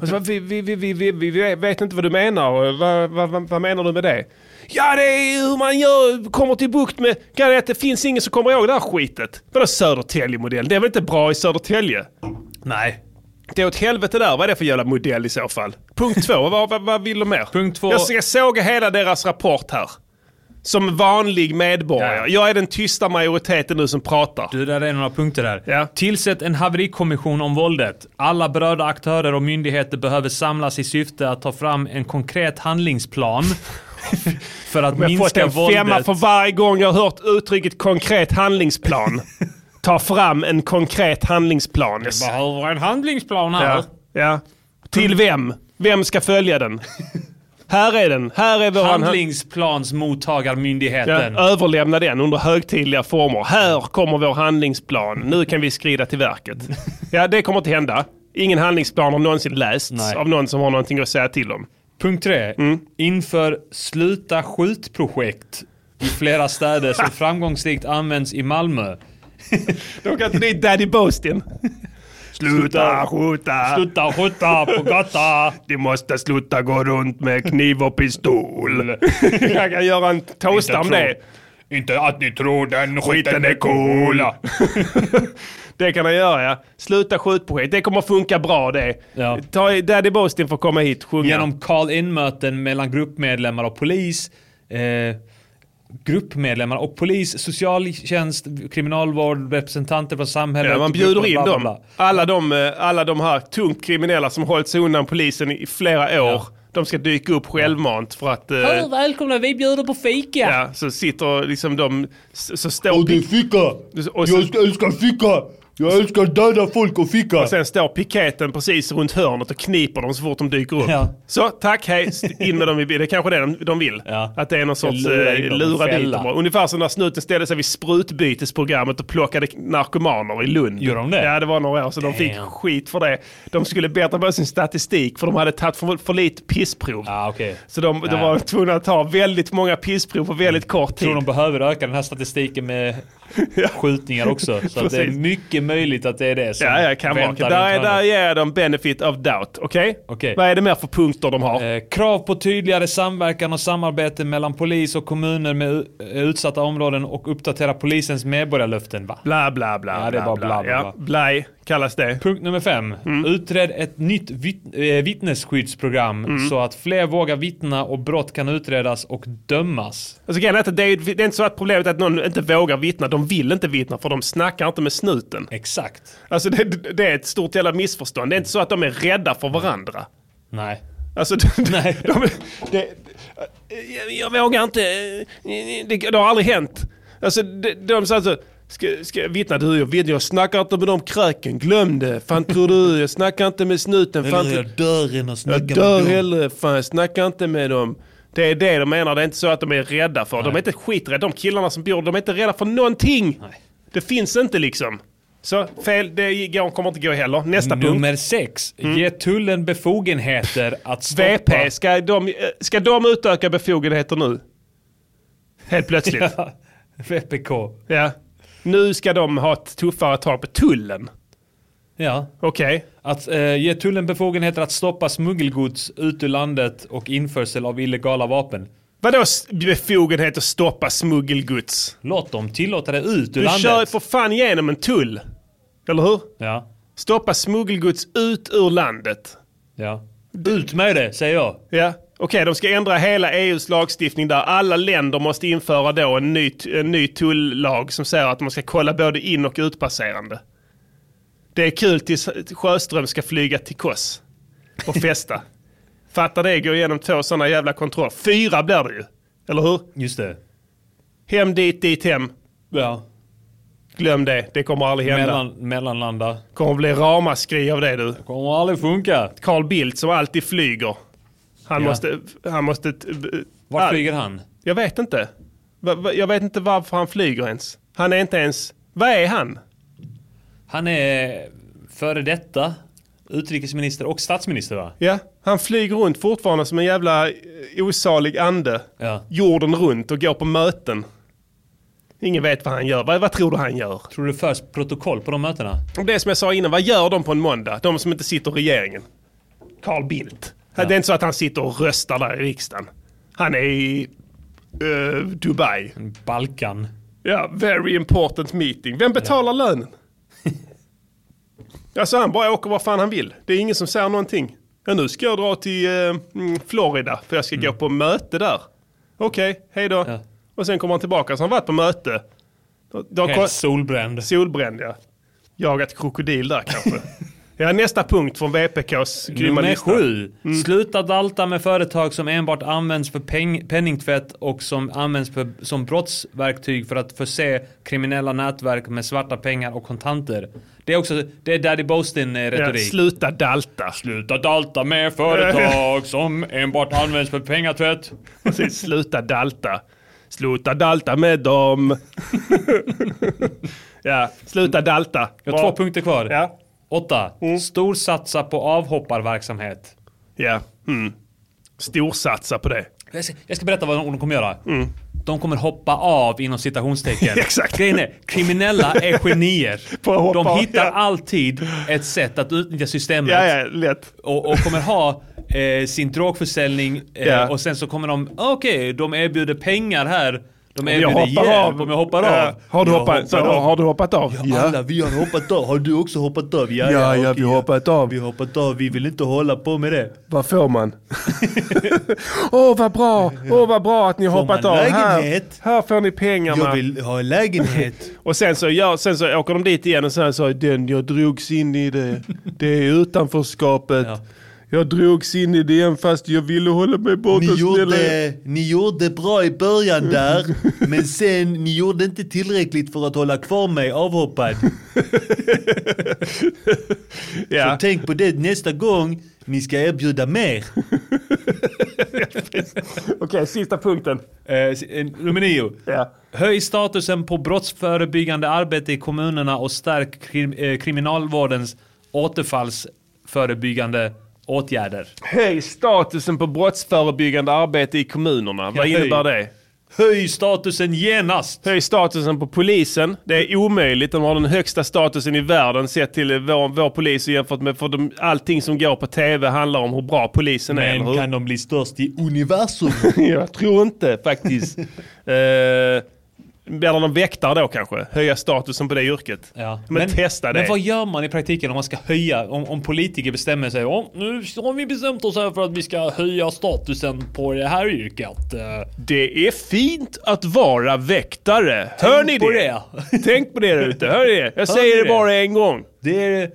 [SPEAKER 1] Och så, bara, vi, vi, vi, vi, vi, vi vi vet inte vad du menar. Vad, vad, vad, vad menar du med det? Ja det är hur man gör, kommer till bukt med... Kan det, att det finns ingen som kommer ihåg det här skitet. Vadå Södertälje-modell? Det är väl inte bra i Södertälje?
[SPEAKER 4] Nej.
[SPEAKER 1] Det är åt helvete där. Vad är det för jävla modell i så fall? Punkt två, vad, vad, vad vill de mer?
[SPEAKER 4] Punkt två.
[SPEAKER 1] Jag ska såga hela deras rapport här. Som vanlig medborgare.
[SPEAKER 4] Ja.
[SPEAKER 1] Jag är den tysta majoriteten nu som pratar.
[SPEAKER 4] Du, där är några punkter där.
[SPEAKER 1] Ja.
[SPEAKER 4] Tillsätt en haverikommission om våldet. Alla berörda aktörer och myndigheter behöver samlas i syfte att ta fram en konkret handlingsplan för att
[SPEAKER 1] Jag har fått
[SPEAKER 4] minska
[SPEAKER 1] en femma
[SPEAKER 4] våldet.
[SPEAKER 1] för varje gång jag har hört uttrycket konkret handlingsplan. Ta fram en konkret handlingsplan.
[SPEAKER 6] Behöver en handlingsplan här.
[SPEAKER 1] Ja. ja. Till vem? Vem ska följa den? Här är den. Här är vår Ja,
[SPEAKER 4] Handlingsplansmottagarmyndigheten.
[SPEAKER 1] överlämna den under högtidliga former. Här kommer vår handlingsplan. Nu kan vi skrida till verket. Ja, det kommer inte hända. Ingen handlingsplan har någonsin lästs
[SPEAKER 4] Nej.
[SPEAKER 1] av någon som har någonting att säga till om.
[SPEAKER 4] Punkt tre.
[SPEAKER 1] Mm.
[SPEAKER 4] Inför sluta skjutprojekt i flera städer som framgångsrikt används i Malmö.
[SPEAKER 1] Då kan inte ni Daddy Boastin. Sluta skjuta.
[SPEAKER 4] Sluta skjuta på gatan!
[SPEAKER 1] Du måste sluta gå runt med kniv och pistol. Jag kan göra en toast om det.
[SPEAKER 4] Inte att ni tror den
[SPEAKER 1] Skiten är cool. det kan man göra ja. Sluta skjutprojekt. Det kommer funka bra det.
[SPEAKER 4] Ja.
[SPEAKER 1] Ta Daddy Boastin får komma hit sjunga.
[SPEAKER 4] Genom call-in-möten mellan gruppmedlemmar och polis. Eh, gruppmedlemmar och polis, socialtjänst, kriminalvård, representanter från samhället. typ
[SPEAKER 1] Ja, man
[SPEAKER 4] grupper,
[SPEAKER 1] bjuder in
[SPEAKER 4] bla, bla,
[SPEAKER 1] dem.
[SPEAKER 4] bla.
[SPEAKER 1] Alla de, eh, alla de här tungt kriminella som hållit sig undan polisen i flera år. De ska dyka upp självmant för att... eh,
[SPEAKER 6] Hej, välkomna, vi bjuder på fika.
[SPEAKER 1] Ja, så sitter liksom de... Så, så står... Och det är fika! Och, så,
[SPEAKER 9] älskar fika! Jag älskar döda folk och fika!
[SPEAKER 1] och sen står piketen precis runt hörnet och kniper dem så fort de dyker upp.
[SPEAKER 4] Ja.
[SPEAKER 1] Så, tack, hej, st- in med dem i bil. Det är kanske är det de, de vill.
[SPEAKER 4] Ja.
[SPEAKER 1] Att det är någon sorts eh,
[SPEAKER 4] lura
[SPEAKER 1] lura,
[SPEAKER 4] in dem,
[SPEAKER 1] lura dit
[SPEAKER 4] fälla.
[SPEAKER 1] dem. Ungefär som när snuten ställde sig vid sprutbytesprogrammet och plockade narkomaner i Lund.
[SPEAKER 4] Gjorde de det?
[SPEAKER 1] Ja, det var några år sedan. De fick
[SPEAKER 4] Damn.
[SPEAKER 1] skit för det. De skulle bättra på sin statistik för de hade tagit för, för lite pissprov.
[SPEAKER 4] Ah, okej.
[SPEAKER 1] Så de, de var tvungna att ta väldigt många pissprov på väldigt kort tid.
[SPEAKER 4] Tror de behöver öka den här statistiken med skjutningar också. Så att det är
[SPEAKER 1] Precis.
[SPEAKER 4] mycket möjligt att det är det som
[SPEAKER 1] Ja, ja, kan vara.
[SPEAKER 4] väntar
[SPEAKER 1] Där, är,
[SPEAKER 4] runt
[SPEAKER 1] där
[SPEAKER 4] hörnet.
[SPEAKER 1] ger jag dem benefit of doubt. Okej?
[SPEAKER 4] Okej.
[SPEAKER 1] Vad är det mer för punkter de har?
[SPEAKER 4] Eh, krav på tydligare samverkan och samarbete mellan polis och kommuner med u- eh, utsatta områden och uppdatera polisens medborgarlöften. Va?
[SPEAKER 1] Bla, bla, bla.
[SPEAKER 4] Ja, det är bara bla, bla,
[SPEAKER 1] Ja,
[SPEAKER 4] bla.
[SPEAKER 1] blaj kallas det.
[SPEAKER 4] Punkt nummer fem. Utred ett nytt vit- eh, vittnesskyddsprogram så att fler vågar vittna och brott kan utredas och dömas.
[SPEAKER 1] Alltså, grejen är att det, är, det är inte så att problemet är att någon inte vågar vittna. De vill inte vittna för de snackar inte med snuten.
[SPEAKER 4] Exakt.
[SPEAKER 1] Alltså, det, det är ett stort jävla missförstånd. Det är inte så att de är rädda för varandra.
[SPEAKER 4] Nej.
[SPEAKER 1] Alltså, de,
[SPEAKER 4] Nej.
[SPEAKER 1] De, det- jag, jag vågar inte. eh, Det, det har aldrig hänt. Alltså, de, de sa alltså, ska, ska jag vittna du? Jag, vittnar, jag snackar inte med de kröken. Glöm det. Fan tror du? Jag snackar inte med snuten. Fan, tror-
[SPEAKER 4] dör än att
[SPEAKER 1] jag dör hellre. Fan jag snackar inte med dem. Det är det de menar. Det är inte så att de är rädda för. De är inte skiträdda. De killarna som bor de är inte rädda för någonting. Det finns inte liksom. Så fel, det går- kommer inte gå heller. Nästa punkt.
[SPEAKER 4] Nummer sex. Ge tullen befogenheter att stoppa...
[SPEAKER 1] VP, ska de, eh, ska de utöka befogenheter nu? Helt plötsligt. ja.
[SPEAKER 4] VPK.
[SPEAKER 1] Nu ska de ha ett tuffare tag på tullen.
[SPEAKER 4] Ja.
[SPEAKER 1] Okej.
[SPEAKER 4] Att eh, ge tullen befogenheter att stoppa smuggelgods ut ur landet och införsel av illegala vapen.
[SPEAKER 1] Vadå s- befogenhet att stoppa smuggelgods?
[SPEAKER 4] Låt dem tillåta det ut ur
[SPEAKER 1] Du
[SPEAKER 4] landet.
[SPEAKER 1] kör för fan igenom en tull. Eller hur?
[SPEAKER 4] Ja.
[SPEAKER 1] Stoppa smuggelgods ut ur landet.
[SPEAKER 4] Ja. Ut med det, säger jag.
[SPEAKER 1] Ja. Okej, de ska ändra hela EUs lagstiftning där alla länder måste införa då en ny, en ny tulllag som säger att man ska kolla både in och utpasserande. Det är kul tills Sjöström ska flyga till Kos och festa. Fattar det, gå igenom två sådana jävla kontroller. Fyra blir det ju, eller hur?
[SPEAKER 4] Just det.
[SPEAKER 1] Hem dit, dit hem.
[SPEAKER 4] Ja.
[SPEAKER 1] Glöm det, det kommer aldrig hända.
[SPEAKER 4] Mellan, mellanlanda.
[SPEAKER 1] Kommer bli ramaskri av det du.
[SPEAKER 4] Kommer aldrig funka.
[SPEAKER 1] Carl Bildt som alltid flyger. Han
[SPEAKER 4] Ja.
[SPEAKER 1] måste... Han måste t-
[SPEAKER 4] Vart
[SPEAKER 1] all-
[SPEAKER 4] flyger han?
[SPEAKER 1] Jag vet inte. Va- va- Jag vet inte varför han flyger ens. Han är inte ens... Vad är han?
[SPEAKER 4] Han är före detta utrikesminister och statsminister va?
[SPEAKER 1] Ja, han flyger runt fortfarande som en jävla eh, osalig ande.
[SPEAKER 4] Ja.
[SPEAKER 1] Jorden runt och går på möten. Ingen vet vad han gör. Vad, vad tror du han gör?
[SPEAKER 4] Tror du det förs protokoll på de mötena?
[SPEAKER 1] Och Det som jag sa innan, vad gör de på en måndag? De som inte sitter i regeringen. Carl Bildt. Det är inte så att han sitter och röstar där i riksdagen. Han är i eh, Dubai.
[SPEAKER 4] Balkan.
[SPEAKER 1] Ja, very important meeting. Vem betalar lönen? alltså han bara åker vad fan han vill. Det är ingen som säger någonting. Ja, nu ska jag dra till eh, mm, Florida för jag ska gå på möte där. Okej, hej då.
[SPEAKER 4] Mm. Ja.
[SPEAKER 1] Och sen kommer han tillbaka så har han varit på möte. Då, då,
[SPEAKER 4] Helt solbränd.
[SPEAKER 1] solbränd ja. Jagat krokodil där kanske. Ja, nästa punkt från VPKs grymma Mm.
[SPEAKER 4] Nummer
[SPEAKER 1] lista.
[SPEAKER 4] sju. Sluta dalta med företag som enbart används för peng, penningtvätt och som används för, som brottsverktyg för att förse kriminella nätverk med svarta pengar och kontanter. Det är också det är Daddy
[SPEAKER 1] Ja,
[SPEAKER 4] Boastin-retorik.
[SPEAKER 1] sluta dalta.
[SPEAKER 4] Sluta dalta med företag som enbart används för pengatvätt.
[SPEAKER 1] Precis, sluta dalta. Sluta dalta med dem. ja, sluta dalta.
[SPEAKER 4] Jag har två punkter kvar.
[SPEAKER 1] Ja. Mm.
[SPEAKER 4] Åtta. Storsatsa på avhopparverksamhet.
[SPEAKER 1] Ja. Mm. Storsatsa på det.
[SPEAKER 4] Jag ska, jag ska berätta vad de kommer göra. De kommer hoppa av inom citationstecken.
[SPEAKER 1] Mm. Exakt.
[SPEAKER 4] Grejen är, kriminella är genier.
[SPEAKER 1] På att hoppa
[SPEAKER 4] de
[SPEAKER 1] av,
[SPEAKER 4] hittar
[SPEAKER 1] ja.
[SPEAKER 4] alltid ett sätt att utnyttja systemet.
[SPEAKER 1] Ja, ja, lätt.
[SPEAKER 4] Och, och kommer ha eh, sin drogförsäljning eh,
[SPEAKER 1] Ja.
[SPEAKER 4] och sen så kommer de, "Ah, okej, de erbjuder pengar här. De
[SPEAKER 1] Jag
[SPEAKER 4] erbjuder hjälp
[SPEAKER 1] hoppar av.
[SPEAKER 4] om jag hoppar
[SPEAKER 1] Ja.
[SPEAKER 4] av.
[SPEAKER 1] Har, du
[SPEAKER 4] Jag
[SPEAKER 1] hoppat, så,
[SPEAKER 4] hoppar av.
[SPEAKER 1] har du hoppat av?
[SPEAKER 4] Alla, vi har hoppat av. Har du också hoppat av? Ja,
[SPEAKER 1] Ja, ja,
[SPEAKER 4] okej,
[SPEAKER 1] vi har hoppat av.
[SPEAKER 4] Vi har hoppat av. Vi vill inte hålla på med det.
[SPEAKER 1] Vad får man? Åh vad bra! Åh vad bra att ni har hoppat
[SPEAKER 4] man
[SPEAKER 1] av.
[SPEAKER 4] lägenhet?
[SPEAKER 1] Här, här får ni pengarna.
[SPEAKER 4] vill ha en lägenhet.
[SPEAKER 1] Och sen så, gör, sen så åker de dit igen och sen så den jag drogs in i det. Det är utanförskapet.
[SPEAKER 4] Ja.
[SPEAKER 1] Jag drogs in i det igen fast jag ville hålla mig borta.
[SPEAKER 10] Ni
[SPEAKER 1] snälla.
[SPEAKER 10] gjorde, ni gjorde bra i början där, men sen ni gjorde inte tillräckligt för att hålla kvar mig avhoppad.
[SPEAKER 1] Ja.
[SPEAKER 10] Så tänk på det nästa gång ni ska erbjuda mer.
[SPEAKER 1] Okej, sista punkten.
[SPEAKER 4] Eh, s- eh, Nummer nio.
[SPEAKER 1] Ja.
[SPEAKER 4] Höj statusen på brottsförebyggande arbete i kommunerna och stärk krim, eh, kriminalvårdens återfallsförebyggande åtgärder.
[SPEAKER 1] Höj statusen på brottsförebyggande arbete i kommunerna. Vad
[SPEAKER 4] höj.
[SPEAKER 1] innebär det?
[SPEAKER 4] Höj statusen genast!
[SPEAKER 1] Höj statusen på polisen. Det är omöjligt. De har den högsta statusen i världen sett till eh, vår, vår polis och jämfört med för de, allting som går på tv handlar om hur bra polisen är. eller
[SPEAKER 10] Men
[SPEAKER 1] hur?
[SPEAKER 10] kan de bli störst i universum?
[SPEAKER 1] Jag tror inte faktiskt. eh, eller någon väktare då kanske. Höja statusen på det yrket.
[SPEAKER 4] Ja.
[SPEAKER 1] Men, testa det.
[SPEAKER 4] Men vad gör man i praktiken om man ska höja, om, om politiker bestämmer sig, om, nu har vi bestämt oss här för att vi ska höja statusen på det här yrket. eh."
[SPEAKER 1] Det är fint att vara väktare. Hör ni
[SPEAKER 4] på
[SPEAKER 1] det? Tänk på det där ute. Hör ni det? Jag
[SPEAKER 4] Hör
[SPEAKER 1] säger
[SPEAKER 4] ni
[SPEAKER 1] det
[SPEAKER 4] det?
[SPEAKER 1] bara en gång.
[SPEAKER 4] Det är...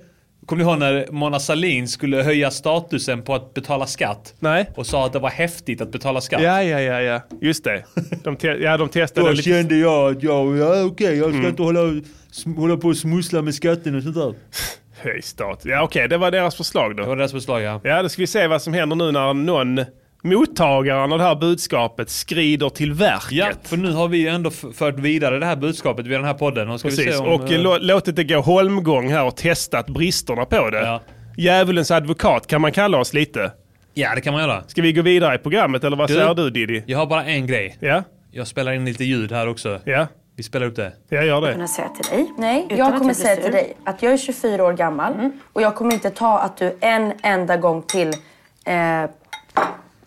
[SPEAKER 4] Kommer ni ihåg när Mona Sahlin skulle höja statusen på att betala skatt?
[SPEAKER 1] Nej.
[SPEAKER 4] Och sa att det var häftigt att betala skatt.
[SPEAKER 1] Ja, ja, ja, ja. Just det. De, te- ja, de testade
[SPEAKER 10] Då
[SPEAKER 1] lite.
[SPEAKER 10] kände jag att jag, ja, okej, jag ska
[SPEAKER 4] Mm.
[SPEAKER 10] inte hålla, sm- hålla på och smussla med skatten och sånt där.
[SPEAKER 1] Höj status. Ja, okej. Det var deras förslag
[SPEAKER 4] Det
[SPEAKER 1] då.
[SPEAKER 4] var deras förslag ja.
[SPEAKER 1] Ja, då ska vi se vad som händer nu när någon mottagaren av det här budskapet skrider till verket.
[SPEAKER 4] Ja, för nu har vi ju ändå f- fört vidare det här budskapet via den här podden. Och ska vi se
[SPEAKER 1] Precis,
[SPEAKER 4] om,
[SPEAKER 1] och
[SPEAKER 4] eh,
[SPEAKER 1] eh, lå- låtit det gå holmgång här och testat bristerna på det.
[SPEAKER 4] Ja.
[SPEAKER 1] Djävulens advokat kan man kalla oss lite.
[SPEAKER 4] Ja, det kan man göra.
[SPEAKER 1] Ska vi gå vidare i programmet eller vad
[SPEAKER 4] Du?
[SPEAKER 1] säger du Diddy?
[SPEAKER 4] Jag har bara en grej.
[SPEAKER 1] Ja,
[SPEAKER 4] Jag spelar in lite ljud här också.
[SPEAKER 1] ja,
[SPEAKER 4] Vi spelar upp det.
[SPEAKER 1] jag gör det.
[SPEAKER 11] säga till dig. Nej, jag kommer säga till dig att jag är 24 år gammal och jag kommer inte ta att du en enda gång till eh,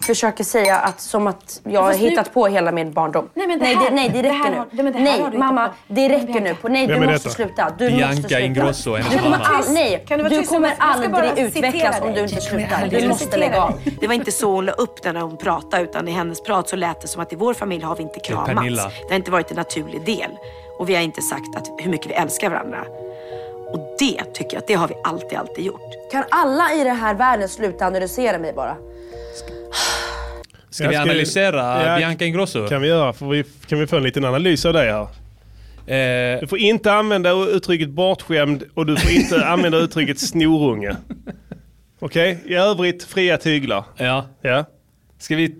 [SPEAKER 11] försöker säga att, som att jag har hittat på hela min barndom. Nej,
[SPEAKER 8] men det här-
[SPEAKER 11] nej, det
[SPEAKER 8] det
[SPEAKER 11] räcker
[SPEAKER 8] här
[SPEAKER 11] nu.
[SPEAKER 8] har- nej, men det här
[SPEAKER 11] nej,
[SPEAKER 8] har du inte
[SPEAKER 11] mamma,
[SPEAKER 8] på-
[SPEAKER 11] det räcker nu. På, nej,
[SPEAKER 1] Vem
[SPEAKER 11] du
[SPEAKER 1] är detta?
[SPEAKER 11] måste sluta. Du måste
[SPEAKER 4] Bianca
[SPEAKER 11] sluta.
[SPEAKER 4] Ingrosso och hennes
[SPEAKER 11] du kommer
[SPEAKER 4] mamma.
[SPEAKER 11] all, nej,
[SPEAKER 8] Kan du vara
[SPEAKER 11] du
[SPEAKER 8] tyst om
[SPEAKER 11] kommer
[SPEAKER 8] det? Jag ska
[SPEAKER 11] aldrig
[SPEAKER 8] bara
[SPEAKER 11] utvecklas
[SPEAKER 8] citera
[SPEAKER 11] om du
[SPEAKER 8] dig.
[SPEAKER 11] inte
[SPEAKER 8] Jag
[SPEAKER 11] slutar.
[SPEAKER 8] ska
[SPEAKER 11] Du måste
[SPEAKER 8] citera
[SPEAKER 11] lägga av.
[SPEAKER 8] dig.
[SPEAKER 12] Det var inte så hon la upp det när hon pratade utan i hennes prat så lät det som att i vår familj har vi inte
[SPEAKER 4] är
[SPEAKER 12] kramats.
[SPEAKER 4] Pernilla.
[SPEAKER 12] Det har inte varit en naturlig del. Och vi har inte sagt att, hur mycket vi älskar varandra. Och det tycker jag att det har vi alltid, alltid gjort.
[SPEAKER 11] Kan alla i den här världen sluta analysera mig bara?
[SPEAKER 4] Ska
[SPEAKER 1] Jag
[SPEAKER 4] vi
[SPEAKER 1] skulle-
[SPEAKER 4] analysera eh,
[SPEAKER 1] Ja,
[SPEAKER 4] Bianca Ingrosso?
[SPEAKER 1] Kan vi göra? Får vi, kan vi få en liten analys av det här?
[SPEAKER 4] Eh,
[SPEAKER 1] Du får inte använda uttrycket bortskämd och du får inte använda uttrycket snorunge. Okej, i övrigt fria tyglar.
[SPEAKER 4] ja.
[SPEAKER 1] Ja,
[SPEAKER 4] Ska vi...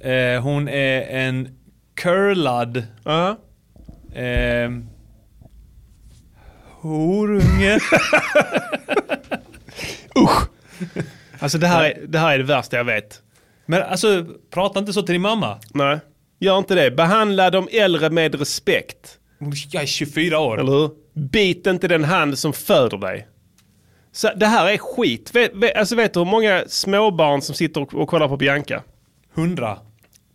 [SPEAKER 4] Eh, hon är en curlad...
[SPEAKER 1] uh
[SPEAKER 4] ehm, horunge.
[SPEAKER 1] alltså det här, är, det här är det värsta jag vet.
[SPEAKER 4] Men alltså, prata inte så till din mamma.
[SPEAKER 1] Nej, gör inte det. Behandla de äldre med respekt.
[SPEAKER 4] Jag är 24 år.
[SPEAKER 1] Eller hur? Bit inte den hand som föder dig. Så det här är skit. Vet, vet, alltså vet du hur många småbarn som sitter och, och kollar på Bianca?
[SPEAKER 4] 100.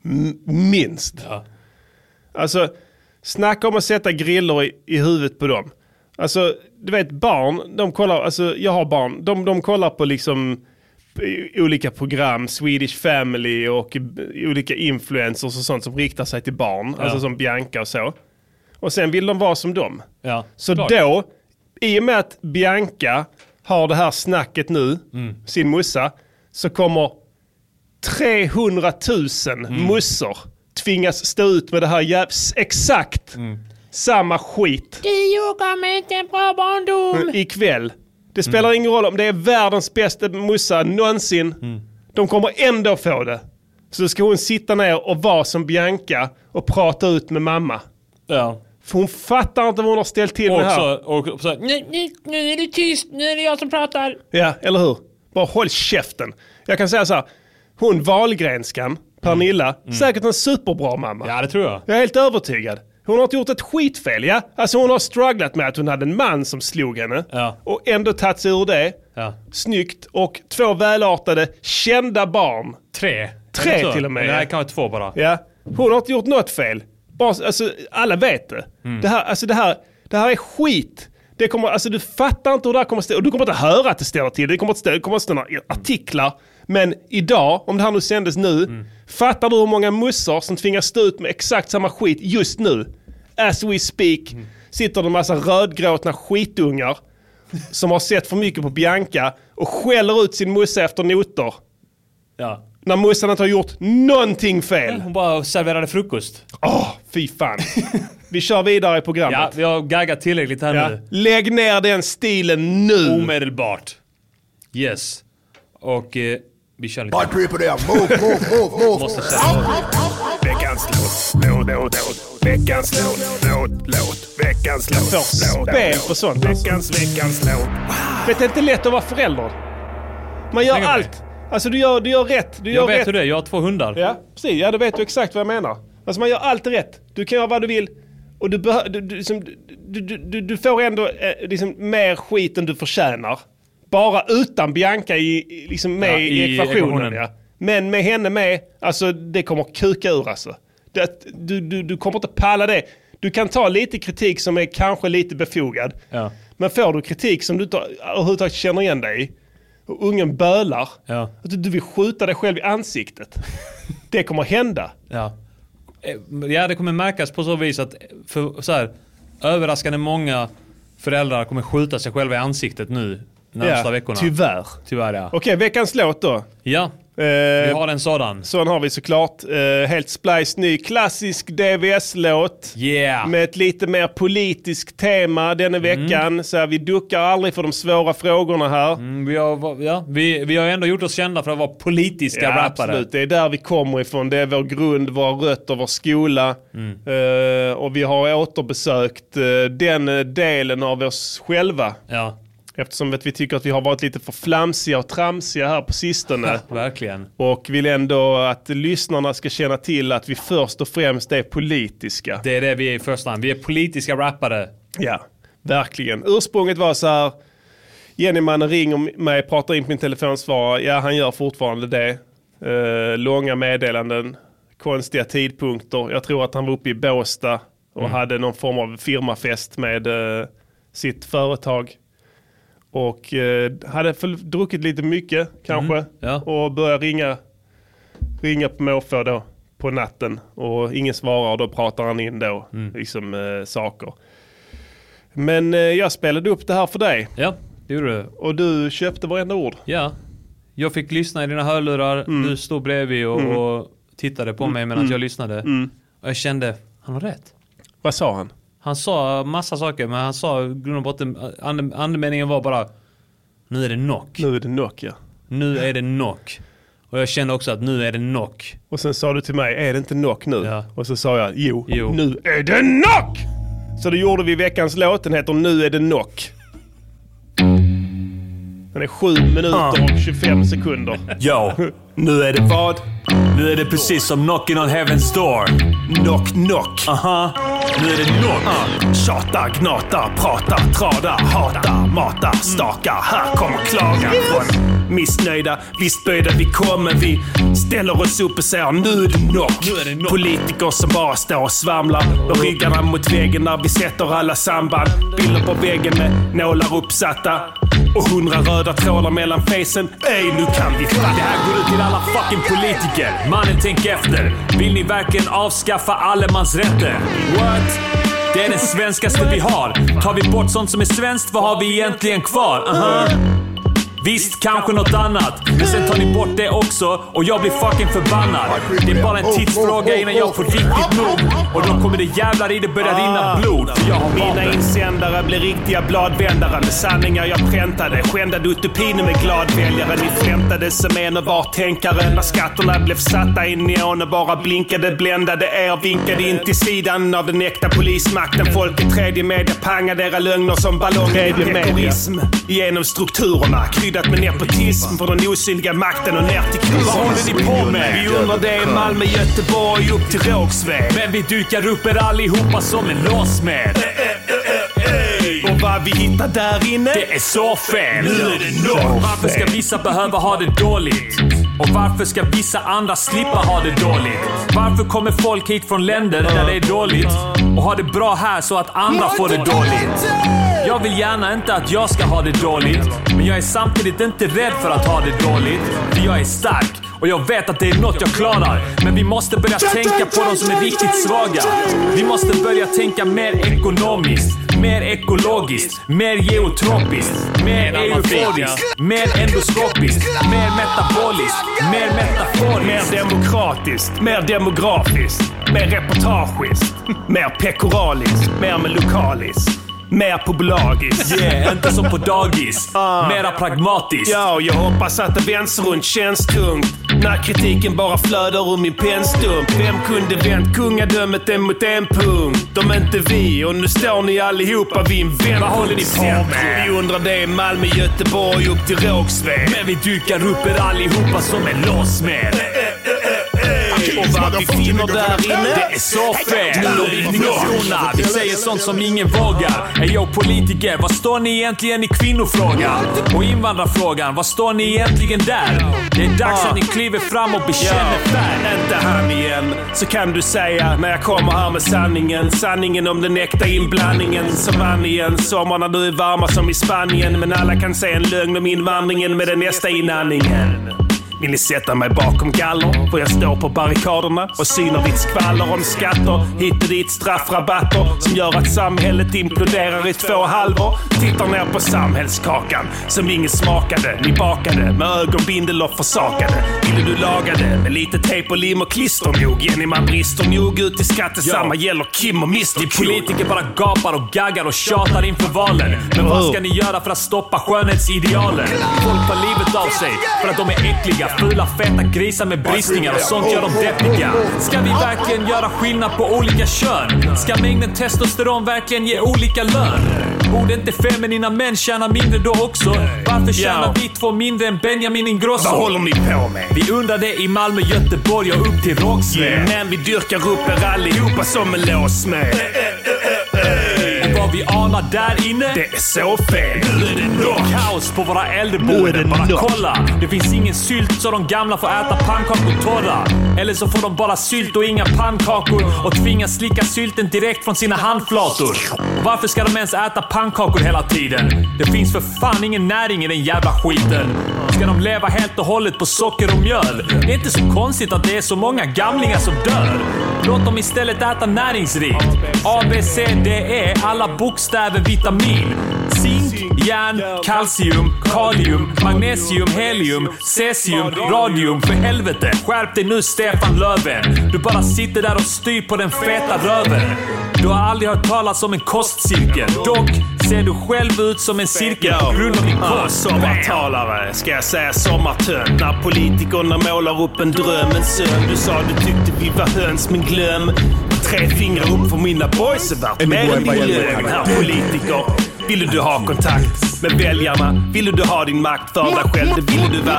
[SPEAKER 1] M- minst.
[SPEAKER 4] Ja.
[SPEAKER 1] Alltså, snacka om att sätta griller i, i huvudet på dem. Alltså, du vet barn, de kollar, alltså jag har barn, de, de kollar på liksom i- olika program, Swedish Family och b- olika influencers och sånt som riktar sig till barn, alltså som Bianca och så. Och sen vill de vara som dem.
[SPEAKER 4] Ja,
[SPEAKER 1] Så
[SPEAKER 4] klart.
[SPEAKER 1] då I och med att Bianca har det här snacket nu,
[SPEAKER 4] Mm.
[SPEAKER 1] sin mussa, så kommer 300 000
[SPEAKER 4] Mm.
[SPEAKER 1] mussor tvingas stå ut med det här jävs exakt
[SPEAKER 4] Mm.
[SPEAKER 1] samma skit
[SPEAKER 13] Du gjorde mig inte en bra barndom.
[SPEAKER 1] ikväll. Det
[SPEAKER 4] Mm.
[SPEAKER 1] spelar ingen roll om det är världens bästa mussa någonsin.
[SPEAKER 4] Mm.
[SPEAKER 1] De kommer ändå få det. Så ska hon sitta ner och vara som Bianca och prata ut med mamma.
[SPEAKER 4] Ja.
[SPEAKER 1] För hon fattar inte vad hon har ställt till med
[SPEAKER 4] Också,
[SPEAKER 1] här.
[SPEAKER 4] och, så här,
[SPEAKER 13] Nu, nu, nu är du tyst, nu är det jag som pratar.
[SPEAKER 1] Ja, eller hur? Bara håll käften. Jag kan säga så här. Hon Wahlgrenskan, Pernilla, säkert en superbra mamma.
[SPEAKER 4] Mm. Ja, det tror jag.
[SPEAKER 1] Jag är helt övertygad. Hon har inte gjort ett skitfel, ja. Alltså hon har strugglat med att hon hade en man som slog henne. Och ändå tagit sig ur det.
[SPEAKER 4] Ja.
[SPEAKER 1] Snyggt. Och två välartade, kända barn.
[SPEAKER 4] Tre. Jag
[SPEAKER 1] Tre
[SPEAKER 4] tror-
[SPEAKER 1] till och med.
[SPEAKER 4] Nej, kanske två bara.
[SPEAKER 1] Ja. Hon har inte gjort något fel. Bara, alltså, alla vet det. Det, här, alltså, det, här, det här är skit. Det kommer, alltså, du fattar inte hur det här kommer att stå. Och du kommer inte höra att det ställer till det. kommer inte stå, det kommer att stå några artiklar. Men idag, om det här nu sändes nu, fattar du hur många mussor som tvingas stå ut med exakt samma skit just nu? As we speak sitter det en massa rödgråtna skitungar som har sett för mycket på Bianca och skäller ut sin mussa efter noter.
[SPEAKER 4] Ja.
[SPEAKER 1] När mussan inte har gjort någonting fel.
[SPEAKER 4] Hon bara serverade frukost.
[SPEAKER 1] Åh, fy fan. Vi kör vidare i programmet.
[SPEAKER 4] Ja, vi har gaggat tillräckligt här nu.
[SPEAKER 1] Lägg ner den stilen nu!
[SPEAKER 4] Omedelbart. Yes. Och eh, vi kör lite...
[SPEAKER 5] My people there, move, move, move, move.
[SPEAKER 4] Måste känna av
[SPEAKER 2] Veckans låt, låt, låt, låt. Veckans låt, låt, låt. Veckans låt,
[SPEAKER 1] Får spel på sånt.
[SPEAKER 2] Veckans, veckans låt.
[SPEAKER 1] Vet, det är inte lätt att vara förälder. Man gör allt. Alltså du gör, du gör rätt. Du
[SPEAKER 4] Jag
[SPEAKER 1] gör
[SPEAKER 4] vet
[SPEAKER 1] rätt.
[SPEAKER 4] hur det är, jag har två hundar.
[SPEAKER 1] Ja, precis. Ja, då vet du exakt vad jag menar. Alltså man gör allt rätt. Du kan göra vad du vill. Och du, behö- du, du, som, du, du, du, du får ändå eh, liksom, mer skit än du förtjänar. Bara utan Bianca i, i- liksom med
[SPEAKER 4] Ja,
[SPEAKER 1] i,
[SPEAKER 4] i
[SPEAKER 1] ekvationen.
[SPEAKER 4] ekvationen.
[SPEAKER 1] Ja. Men med henne med, alltså det kommer kuka ur alltså. Det, du, du, du kommer inte palla det. Du kan ta lite kritik som är kanske lite befogad.
[SPEAKER 4] Ja.
[SPEAKER 1] Men får du kritik som du inte överhuvudtaget känner igen dig i, och ungen bölar,
[SPEAKER 4] Ja.
[SPEAKER 1] att du- du vill skjuta dig själv i ansiktet. Det kommer hända.
[SPEAKER 4] Ja. Eh, ja, det kommer märkas på så vis att eh, för, så här, överraskande många föräldrar kommer skjuta sig själva i ansiktet nu närmsta
[SPEAKER 1] Ja,
[SPEAKER 4] veckorna.
[SPEAKER 1] tyvärr.
[SPEAKER 4] Tyvärr ja.
[SPEAKER 1] Okej, veckans låt då. Eh,
[SPEAKER 4] Ja, vi har en sådan.
[SPEAKER 1] Sån har vi såklart. Eh, helt splice ny klassisk DVS-låt.
[SPEAKER 4] Yeah. Mm.
[SPEAKER 1] Med ett lite mer politiskt tema denna veckan. Så här, vi duckar aldrig för de svåra frågorna här.
[SPEAKER 4] Mm, vi, har, ja, vi, vi har ändå gjort oss kända för att vara politiska
[SPEAKER 1] Ja,
[SPEAKER 4] rappare.
[SPEAKER 1] absolut. Det är där vi kommer ifrån. Det är vår grund, våra rötter, vår skola. Eh, och vi har återbesökt eh, den eh, delen av oss själva.
[SPEAKER 4] Ja.
[SPEAKER 1] Eftersom att vi tycker att vi har varit lite för flamsiga och tramsiga här på sistone.
[SPEAKER 4] Verkligen.
[SPEAKER 1] och vill ändå att lyssnarna ska känna till att vi först och främst är politiska.
[SPEAKER 4] Det är det vi är i första hand. Vi är politiska rappare.
[SPEAKER 1] Ja, verkligen. Ursprunget var så här. Jennymannen ringer mig, pratar in på min telefonsvarare. Ja, han gör fortfarande det. Eh, långa meddelanden, konstiga tidpunkter. Jag tror att han var uppe i Båsta och
[SPEAKER 4] Mm.
[SPEAKER 1] hade någon form av firmafest med eh, sitt företag. Och eh, hade för, druckit lite mycket kanske. Och började ringa, ringa på måfå då på natten. Och ingen svarar och då pratar han in då liksom, eh, saker. Men eh, jag spelade upp det här för dig.
[SPEAKER 4] Ja, det gjorde du.
[SPEAKER 1] Och du köpte varenda ord.
[SPEAKER 4] Ja. Jag fick lyssna i dina hörlurar, du stod bredvid och,
[SPEAKER 1] Mm.
[SPEAKER 4] och tittade på
[SPEAKER 1] Mm,
[SPEAKER 4] mig medan
[SPEAKER 1] mm,
[SPEAKER 4] jag lyssnade.
[SPEAKER 1] mm.
[SPEAKER 4] Och jag kände, han har rätt.
[SPEAKER 1] Vad sa han?
[SPEAKER 4] Han sa massa saker, men han sa i grund och botten, ande, andemeningen var bara, nu är det knock.
[SPEAKER 1] Nu är det knock ja.
[SPEAKER 4] Nu är det knock. Och jag kände också att nu är det knock.
[SPEAKER 1] Och sen sa du till mig, är det inte knock nu? Och så sa jag, jo,
[SPEAKER 4] Jo.
[SPEAKER 1] nu är det knock! Så det gjorde vi i veckans låt, den heter Nu är det knock. Den är 7 minuter och 25 sekunder.
[SPEAKER 3] Yo, nu är det vad? Nu är det precis som knocking on heaven's door. Knock, knock. Aha. Nu är det knock.
[SPEAKER 2] Tjata, gnata, prata, trada, hata, mata, staka. Här kommer klagan från missnöjda. Visst böjda vi kommer. Vi ställer oss upp och säger nu är det knock. Politiker som bara står och svamlar med ryggarna mot väggen när vi sätter alla samband. Bilder på väggen med nålar uppsatta. Och hundra röda trådar mellan facen. Ey, nu kan vi fatta.
[SPEAKER 3] Det här går ut till alla fucking politiker. Mannen, tänk efter. Vill ni verkligen avskaffa allemansrätten? What? Det är den svenskaste vi har. Tar vi bort sånt som är svenskt, vad har vi egentligen kvar? Aha. Visst, kanske något annat. Men sen tar ni bort det också och jag blir fucking förbannad. Det är bara en tidsfråga innan jag får riktigt nog. Och då kommer det jävlar i det börja rinna blod. För jag har
[SPEAKER 1] Mina insändare blir riktiga bladvändare med sanningar jag präntade. Skändade utopiner med gladväljare. Ni flämtade som en och var tänkare. När skatterna blev satta i neon och bara blinkade bländade er. Vinkade in till sidan av den äkta polismakten. Folket tredje media pangade era lögner som ballonger.
[SPEAKER 14] Tredje media.
[SPEAKER 1] Pekorism genom strukturerna. Kryddat med nepotism från den osynliga makten och ner till kulan.
[SPEAKER 3] Vad håller ni på med?
[SPEAKER 1] Vi undrar det i Malmö, Göteborg upp till Rågsved.
[SPEAKER 3] Men vi dukar upp er allihopa som en låsmed.
[SPEAKER 1] Och vad vi hittar där inne?
[SPEAKER 3] Det är så fel!
[SPEAKER 1] Nu är det nog
[SPEAKER 3] Varför ska
[SPEAKER 1] fel.
[SPEAKER 3] vissa behöva ha det dåligt? Och varför ska vissa andra slippa ha det dåligt? Varför kommer folk hit från länder där det är dåligt och har det bra här så att andra får det dåligt? Jag vill gärna inte att jag ska ha det dåligt, men jag är samtidigt inte rädd för att ha det dåligt. För jag är stark och jag vet att det är något jag klarar. Men vi måste börja tänka på de som är riktigt svaga. Vi måste börja tänka mer ekonomiskt, mer ekologiskt, mer geotropiskt, mer
[SPEAKER 1] Menar man fint,
[SPEAKER 3] euforiskt, mer endoskopiskt, mer metaboliskt, mer metaforiskt.
[SPEAKER 1] Mer demokratiskt, mer demografiskt, mer reportagiskt, mer pekoraliskt, mer med lokalis. Mer på bolagis.
[SPEAKER 3] Yeah, inte som på dagis. Mera pragmatiskt.
[SPEAKER 1] Ja, och jag hoppas att det vänds runt känns tungt. När kritiken bara flödar ur min pennstump. Vem kunde vänt kungadömet emot en punkt? Om inte vi, och nu står ni allihopa vid en vändpunkt.
[SPEAKER 3] Vad håller ni på med?
[SPEAKER 1] Vi undrar det i Malmö, Göteborg upp till Rågsved. Eh,
[SPEAKER 3] Men vi dukar upp er allihopa som en låsmed.
[SPEAKER 1] Och vad vi finner där inne?
[SPEAKER 3] Det är så fel! Nu är vi kristna. Vi säger sånt som ingen vågar. Ey yo politiker, vad står ni egentligen i kvinnofrågan? Och invandrarfrågan, vad står ni egentligen där? Det är dags att ni kliver fram och bekänner färg.
[SPEAKER 1] Inte han igen. Så kan du säga när jag kommer här med sanningen. Sanningen om den äkta inblandningen som vann igen. Somrarna nu är varma som i Spanien. Men alla kan se en lögn om invandringen med den nästa inandningen. Vill ni sätta mig bakom galler? Får jag stå på barrikaderna och syna ditt skvaller om skatter? Hit och dit straffrabatter som gör att samhället imploderar i två halvor. Tittar ner på samhällskakan som ingen smakade. Ni bakade med ögonbindel och försakade. Ville du laga det med lite tejp och lim och klister nog? Jenny, man brister nog ut i skatt. Detsamma gäller Kim och Mr
[SPEAKER 3] Ni politiker bara gapar och gaggar och tjatar inför valen. Men vad
[SPEAKER 1] Oh.
[SPEAKER 3] ska ni göra för att stoppa skönhetsidealen? Folk tar livet av sig för att de är äckliga. Fula feta grisar med bristningar och sånt gör dem deppiga. Ska vi verkligen göra skillnad på olika kön? Ska mängden testosteron verkligen ge olika lön? Borde inte feminina män tjäna mindre då också? Varför tjänar vi två mindre än Benjamin Ingrosso?
[SPEAKER 1] Vad håller ni på med?
[SPEAKER 3] Vi undrar det i Malmö, Göteborg och upp till Rågsved.
[SPEAKER 1] Men vi dyrkar upp er allihopa som en låsmed.
[SPEAKER 3] Och vad vi anar där inne?
[SPEAKER 1] Det är så fel.
[SPEAKER 3] Nu är det nog kaos på våra
[SPEAKER 1] Nu är det
[SPEAKER 3] äldreboenden. Bara
[SPEAKER 1] nog.
[SPEAKER 3] kolla! Det finns ingen sylt så de gamla får äta pannkakor torra. Eller så får de bara sylt och inga pannkakor och tvingas slicka sylten direkt från sina handflator. Och varför ska de ens äta pannkakor hela tiden? Det finns för fan ingen näring i den jävla skiten. Ska de leva helt och hållet på socker och mjöl? Det är inte så konstigt att det är så många gamlingar som dör. Låt dem istället äta näringsrikt. A, B, C, D, E. Alla bokstäver vitamin. Zink, järn, kalcium, kalium, magnesium, helium, cesium, radium. För helvete, skärp dig nu Stefan Löfven. Du bara sitter där och styr på den feta röven. Du har aldrig hört talas om en kostcirkel. Dock ser du själv ut som en cirkel på grund av din
[SPEAKER 1] Ja,
[SPEAKER 3] kost.
[SPEAKER 1] sommartalare, ska jag säga sommartön. När politikerna målar upp en dröm, en sön. Du sa du tyckte vi var höns, men glöm. Tre fingrar upp för mina boys är värt mer än din lön, herr politiker. Ville du ha kontakt med väljarna? Ville du ha din makt för dig själv? Det ville du va?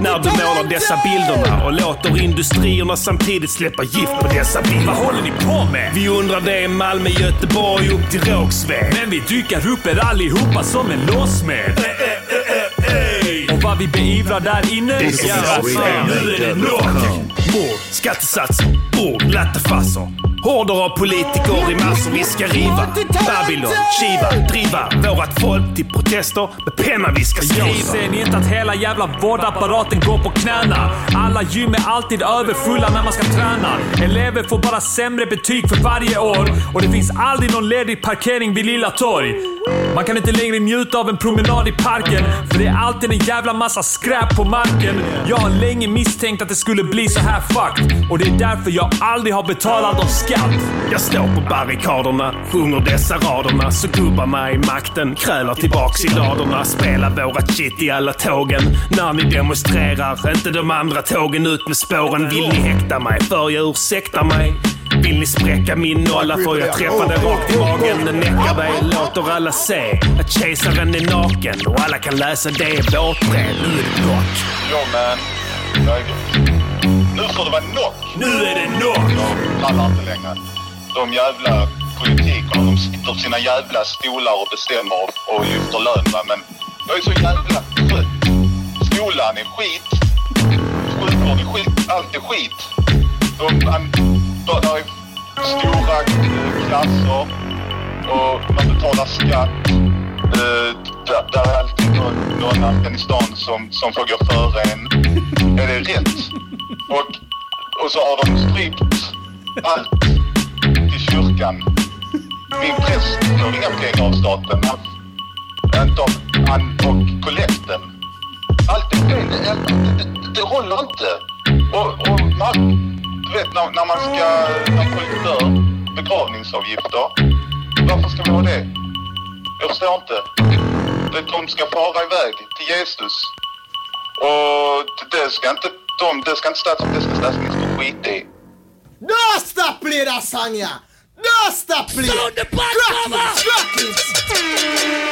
[SPEAKER 1] När du målar dessa bilderna och låter industrierna samtidigt släppa gift på dessa bilder.
[SPEAKER 3] Vad håller ni på med?
[SPEAKER 1] Vi undrar det i Malmö, Göteborg upp till Rågsved. Eh,
[SPEAKER 3] Men vi dykar upp er allihopa som en låsmed. Och vad vi beivrar där inne?
[SPEAKER 1] Det är så
[SPEAKER 3] Ja,
[SPEAKER 1] fel.
[SPEAKER 3] fan, nu är det nog.
[SPEAKER 1] Mord, skattesatser, ord, lattefasser.
[SPEAKER 15] Horder av politiker i massor vi ska riva. Babylon, kiva, driva vårat folk till protester med penna vi ska skriva.
[SPEAKER 3] Jag ser ni inte att hela jävla vårdapparaten går på knäna? Alla gym är alltid överfulla när man ska träna. Elever får bara sämre betyg för varje år och det finns aldrig någon ledig parkering vid Lilla Torg. Man kan inte längre njuta av en promenad i parken för det är alltid en jävla massa skräp på marken. Jag har länge misstänkt att det skulle bli så här fucked och det är därför jag aldrig har betalat någon skatt.
[SPEAKER 15] Jag står på barrikaderna, sjunger dessa raderna så gubbarna i makten krälar tillbaks i ladorna. Spelar vårat shit i alla tågen när ni demonstrerar. Inte de andra tågen ut med spåren. Vill ni häkta mig? För jag ursäkta mig. Vill ni spräcka min nolla får jag träffa dig rakt i magen. En Näckarberg låter alla se att kejsaren är naken och alla kan läsa det i vårt brev. Nu är det block.
[SPEAKER 16] Ja, men... Nu får det vara nog!
[SPEAKER 15] Nu är det nog!
[SPEAKER 16] De pallar inte längre. De jävla politikerna, de sitter på sina jävla stolar och bestämmer och- och lyfter lön. va. Men jag är så jävla trött. Skolan är skit. Sjukvården är skit. Allt är skit. De, an, de, de är stora eh, klasser och man betalar skatt. Eh, där, där är alltid någon, någon Afghanistan som, som får gå före en. Är det rätt? Och, och så har de strypt allt till kyrkan. Min präst får inga pengar av staten. Han- Inte av han och kollekten. Allt är fel. Det, är- det, det håller inte. Och, och man, du vet när, när man ska, när folk dör, begravningsavgifter. Varför ska vi ha det? Jag förstår inte. Det- De ska fara iväg till Jesus. Och det ska inte, de, det ska inte statsministern, det ska statsministern skita i.
[SPEAKER 2] Dosta plera sanja! Dosta plera! Crackings! Crackings!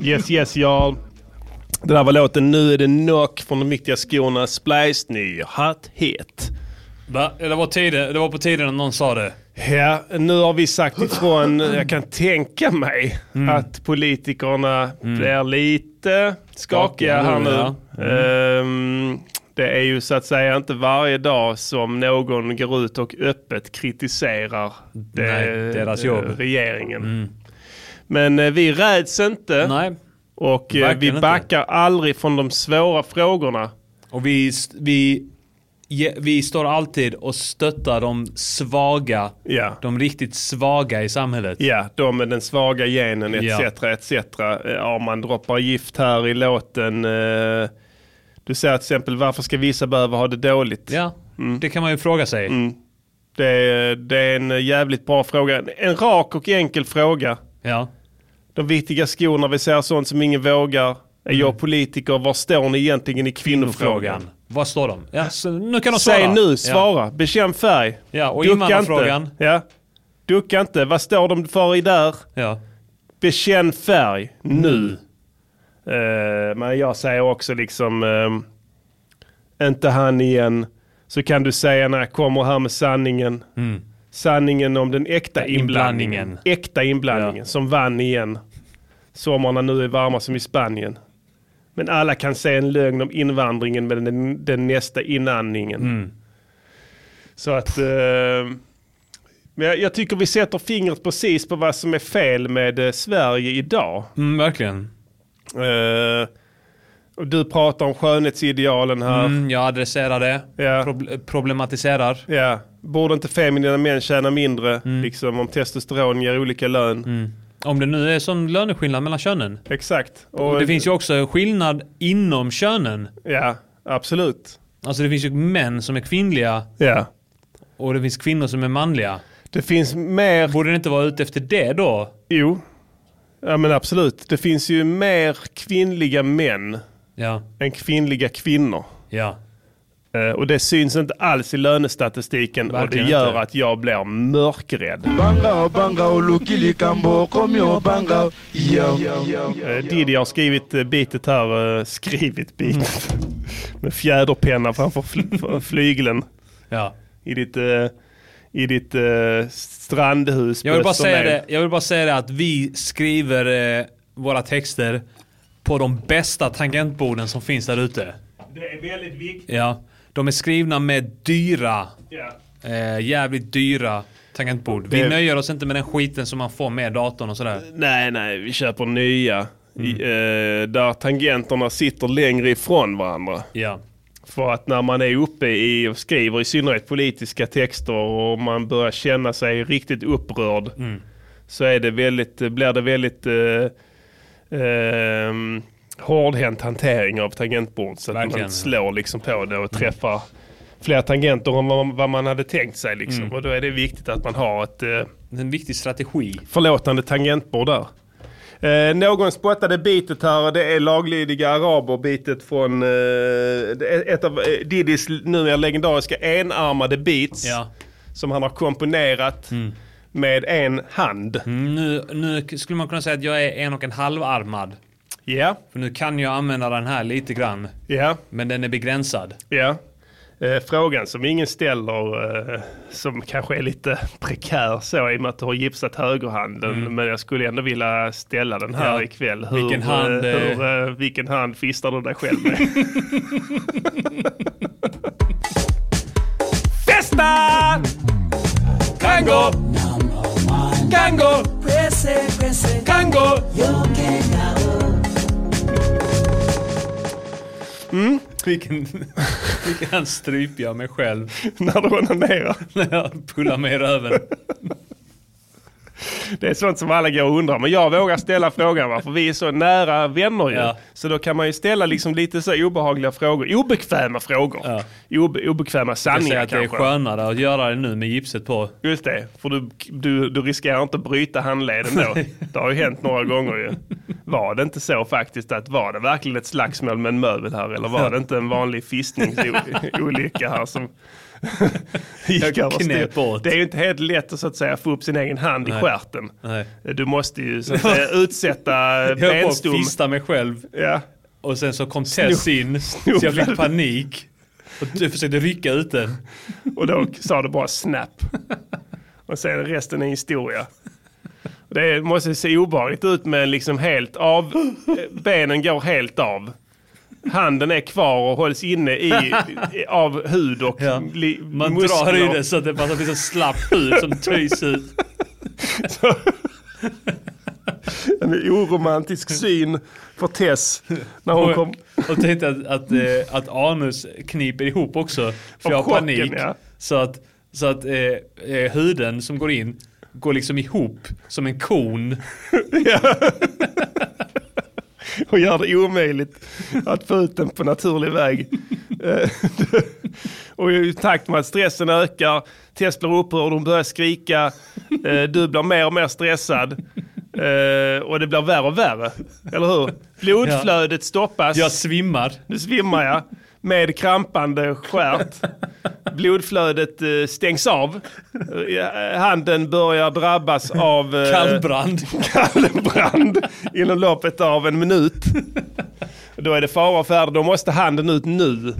[SPEAKER 1] Yes, yes, y'all. Det där var låten Nu är det knock från de viktiga skorna Splice, ny hatt, het.
[SPEAKER 4] Va? Det var, tiden, det var på tiden att någon sa det.
[SPEAKER 1] Ja, nu har vi sagt ifrån, jag kan tänka mig
[SPEAKER 4] Mm.
[SPEAKER 1] att politikerna blir lite skakiga
[SPEAKER 4] Skakiga
[SPEAKER 1] här
[SPEAKER 4] nu,
[SPEAKER 1] nu.
[SPEAKER 4] ja.
[SPEAKER 1] Ehm, det är ju så att säga inte varje dag som någon går ut och öppet kritiserar det,
[SPEAKER 4] Nej, deras jobb. Mm.
[SPEAKER 1] eh, regeringen. Men eh, vi räds inte. Och eh, vi
[SPEAKER 4] Verkligen inte.
[SPEAKER 1] backar aldrig från de svåra frågorna.
[SPEAKER 4] Och vi, vi, ge- vi står alltid och stöttar de svaga. De riktigt svaga i samhället.
[SPEAKER 1] Ja, de med den svaga genen etc.
[SPEAKER 4] Ja.
[SPEAKER 1] etc. Ja, Eh, man droppar gift här i låten. eh, Du säger till exempel varför ska vissa behöva ha det dåligt?
[SPEAKER 4] Ja, det kan man ju fråga sig.
[SPEAKER 1] Mm. Det, är, det är en jävligt bra fråga. En rak och enkel fråga.
[SPEAKER 4] Ja.
[SPEAKER 1] De viktiga skorna, vi ser sånt som ingen vågar. Är
[SPEAKER 4] Mm.
[SPEAKER 1] jag politiker? Var står ni egentligen i kvinnofrågan?
[SPEAKER 4] Frågan. Vad står de? Ja, så nu kan de svara.
[SPEAKER 1] Alltså, Säg nu,
[SPEAKER 4] Ja.
[SPEAKER 1] svara. Bekänn färg.
[SPEAKER 4] Ja, och
[SPEAKER 1] Ducka
[SPEAKER 4] invandrarfrågan.
[SPEAKER 1] inte. Ja. Ducka inte. Vad står de för i där?
[SPEAKER 4] Ja.
[SPEAKER 1] Bekänn färg nu. Eh, men jag säger också liksom, eh, inte han igen. Så kan du säga när jag kommer här med sanningen.
[SPEAKER 4] Mm.
[SPEAKER 1] Sanningen om den äkta inblandningen.
[SPEAKER 4] Inblandningen.
[SPEAKER 1] Äkta inblandningen som vann igen. Sommarna nu är varma som i Spanien. Men alla kan se en lögn om invandringen med den, den nästa inandningen.
[SPEAKER 4] Mm.
[SPEAKER 1] Så att... eh, men jag, jag tycker vi sätter fingret precis på vad som är fel med eh, Sverige idag.
[SPEAKER 4] Mm, verkligen.
[SPEAKER 1] Eh, och du pratar om skönhetsidealen här.
[SPEAKER 4] Mm, jag adresserar det. Proble- problematiserar.
[SPEAKER 1] Ja. Borde inte feminina män tjäna mindre?
[SPEAKER 4] Mm.
[SPEAKER 1] Liksom om testosteron ger olika lön.
[SPEAKER 4] Om det nu är sån löneskillnad mellan könen.
[SPEAKER 1] Exakt.
[SPEAKER 4] Och det finns ju också skillnad inom könen.
[SPEAKER 1] Ja, absolut.
[SPEAKER 4] Alltså det finns ju män som är kvinnliga.
[SPEAKER 1] Ja.
[SPEAKER 4] Och det finns kvinnor som är manliga.
[SPEAKER 1] Det finns mer...
[SPEAKER 4] Borde det inte vara ute efter det då?
[SPEAKER 1] Jo. Ja men absolut. Det finns ju mer kvinnliga män
[SPEAKER 4] Ja.
[SPEAKER 1] än kvinnliga kvinnor.
[SPEAKER 4] Ja.
[SPEAKER 1] Eh, Och det syns inte alls i lönestatistiken och
[SPEAKER 4] Verkligen
[SPEAKER 1] det gör
[SPEAKER 4] inte.
[SPEAKER 1] att jag blir mörkrädd.
[SPEAKER 2] Bangao, bangao, lukili kambo, kom yo, bangao, yo, yo.
[SPEAKER 1] Eh, Diddy har skrivit eh, bitet här, eh, skrivit bitet.
[SPEAKER 4] Mm.
[SPEAKER 1] Med fjäderpenna framför fl- för flygeln.
[SPEAKER 4] Ja.
[SPEAKER 1] I ditt, eh, i ditt eh, strandhus. på
[SPEAKER 4] Jag vill, bara säga
[SPEAKER 1] Österlen.
[SPEAKER 4] det, jag vill bara säga det att vi skriver eh, våra texter på de bästa tangentborden som finns där ute.
[SPEAKER 1] Det är väldigt viktigt.
[SPEAKER 4] Ja. De är skrivna med dyra,
[SPEAKER 1] Ja.
[SPEAKER 4] eh, jävligt dyra tangentbord. Vi
[SPEAKER 1] Det-
[SPEAKER 4] nöjer oss inte med den skiten som man får med datorn och sådär.
[SPEAKER 1] Nej, nej, vi köper nya. I,
[SPEAKER 4] Mm.
[SPEAKER 1] eh, där tangenterna sitter längre ifrån varandra.
[SPEAKER 4] Ja.
[SPEAKER 1] För att när man är uppe i och skriver i synnerhet politiska texter och man börjar känna sig riktigt upprörd
[SPEAKER 4] Mm.
[SPEAKER 1] så är det väldigt, blir det väldigt eh, ehm, hårdhänt hantering av tangentbord. Så att
[SPEAKER 4] Verkligen. Mm.
[SPEAKER 1] man slår liksom på det och träffar fler tangenter än vad, vad man hade tänkt sig. Liksom.
[SPEAKER 4] Mm.
[SPEAKER 1] Och då är det viktigt att man har ett eh,
[SPEAKER 4] En viktig strategi.
[SPEAKER 1] förlåtande tangentbord där. Eh, någon spottade bitet här och det är laglydiga araber bitet från eh, det är ett av eh, Didis numera legendariska enarmade beats. Som han har komponerat
[SPEAKER 4] Mm.
[SPEAKER 1] med en hand.
[SPEAKER 4] Nu, nu skulle man kunna säga att jag är en och en halvarmad.
[SPEAKER 1] Ja.
[SPEAKER 4] För nu kan jag använda den här lite grann.
[SPEAKER 1] Ja.
[SPEAKER 4] Men den är begränsad.
[SPEAKER 1] Ja. Eh, frågan som ingen ställer, eh, som kanske är lite prekär så i och med att du har gipsat högerhanden. Men jag skulle ändå vilja ställa den här
[SPEAKER 4] Mm. Ja.
[SPEAKER 1] ikväll.
[SPEAKER 4] Vilken hand,
[SPEAKER 1] eh,
[SPEAKER 4] eh,
[SPEAKER 1] hur, eh, vilken hand fistar du dig själv med?
[SPEAKER 17] Festa! Kango! Kango! Kango!
[SPEAKER 1] Mm.
[SPEAKER 4] Vilken, vilken stryp jag mig själv.
[SPEAKER 1] När du onanerar.
[SPEAKER 4] När jag pullar mig i röven.
[SPEAKER 1] Det är sånt som alla går och undrar. Men jag vågar ställa frågan va? för vi är så nära vänner ju.
[SPEAKER 4] Ja.
[SPEAKER 1] Så då kan man ju ställa liksom lite så obehagliga frågor. Obekväma frågor. Obe- obekväma
[SPEAKER 4] Jag säger
[SPEAKER 1] sanningar
[SPEAKER 4] att det är
[SPEAKER 1] kanske.
[SPEAKER 4] skönare att göra det nu med gipset på.
[SPEAKER 1] Just det, för du, du, du riskerar inte att bryta handleden då. Det har ju hänt några gånger ju. Var det inte så faktiskt att var det verkligen ett slagsmål med en möbel här eller var det inte en vanlig fistningsolycka här som gick
[SPEAKER 4] Jag
[SPEAKER 1] över
[SPEAKER 4] knep
[SPEAKER 1] styr? Det är ju inte helt lätt att, så att säga få upp sin egen hand i
[SPEAKER 4] Nej.
[SPEAKER 1] stjärten.
[SPEAKER 4] Nej.
[SPEAKER 1] Du måste ju så att säga, utsätta
[SPEAKER 4] Jag höll på
[SPEAKER 1] benstom.
[SPEAKER 4] att fista mig själv.
[SPEAKER 1] Ja.
[SPEAKER 4] Och sen så kom Tess in. Så jag fick panik. Och du försökte rycka ut den.
[SPEAKER 1] Och då sa du bara snap. Och sen resten är historia. Det måste se obehagligt ut med liksom helt av. Benen går helt av. Handen är kvar och hålls inne i, i, av hud och li,
[SPEAKER 4] Man
[SPEAKER 1] muskler.
[SPEAKER 4] drar i det så att det bara finns en slapp hud som töjs ut.
[SPEAKER 1] En oromantisk syn för Tess när hon
[SPEAKER 4] och,
[SPEAKER 1] kom.
[SPEAKER 4] och tänkte att, att, eh, att anus kniper ihop också. För
[SPEAKER 1] Av
[SPEAKER 4] jag har
[SPEAKER 1] chocken,
[SPEAKER 4] panik.
[SPEAKER 1] ja.
[SPEAKER 4] Så att, så att eh, eh, huden som går in går liksom ihop som en kon.
[SPEAKER 1] och gör det omöjligt att få ut den på naturlig väg. Eh, och i takt med att stressen ökar, Tess blir upprörd, hon börjar skrika, eh, du blir mer och mer stressad. Eh, och det blir värre och värre, eller hur? Blodflödet stoppas. Jag
[SPEAKER 4] svimmar.
[SPEAKER 1] Du svimmar ja, med krampande stjärt. Blodflödet eh, stängs av. Eh, Handen börjar drabbas av... eh,
[SPEAKER 4] Kallbrand.
[SPEAKER 1] Kallbrand inom loppet av en minut. Då är det fara och färde. Då måste handen ut nu.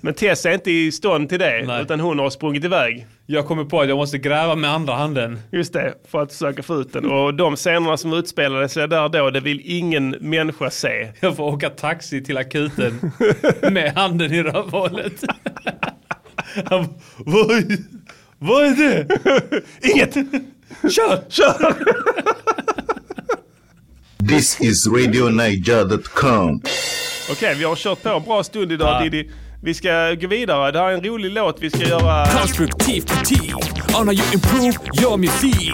[SPEAKER 1] Men Tess är inte i stånd till det. Utan hon har sprungit iväg.
[SPEAKER 4] Jag kommer på att jag måste gräva med andra handen.
[SPEAKER 1] Just det, för att försöka få ut den. Och de scenerna som utspelade sig där då, det vill ingen människa se.
[SPEAKER 4] Jag får åka taxi till akuten med handen i rövhålet. Han bara, vad, är- vad är det?
[SPEAKER 1] Inget!
[SPEAKER 4] Kör!
[SPEAKER 1] Kör!
[SPEAKER 18] This is RadioNiger.com.
[SPEAKER 1] Okej, vi har kört på en bra stund idag Diddy. Vi ska gå vidare. Det här är en rolig låt vi ska göra.
[SPEAKER 19] Konstruktiv kritik on how you improve your music.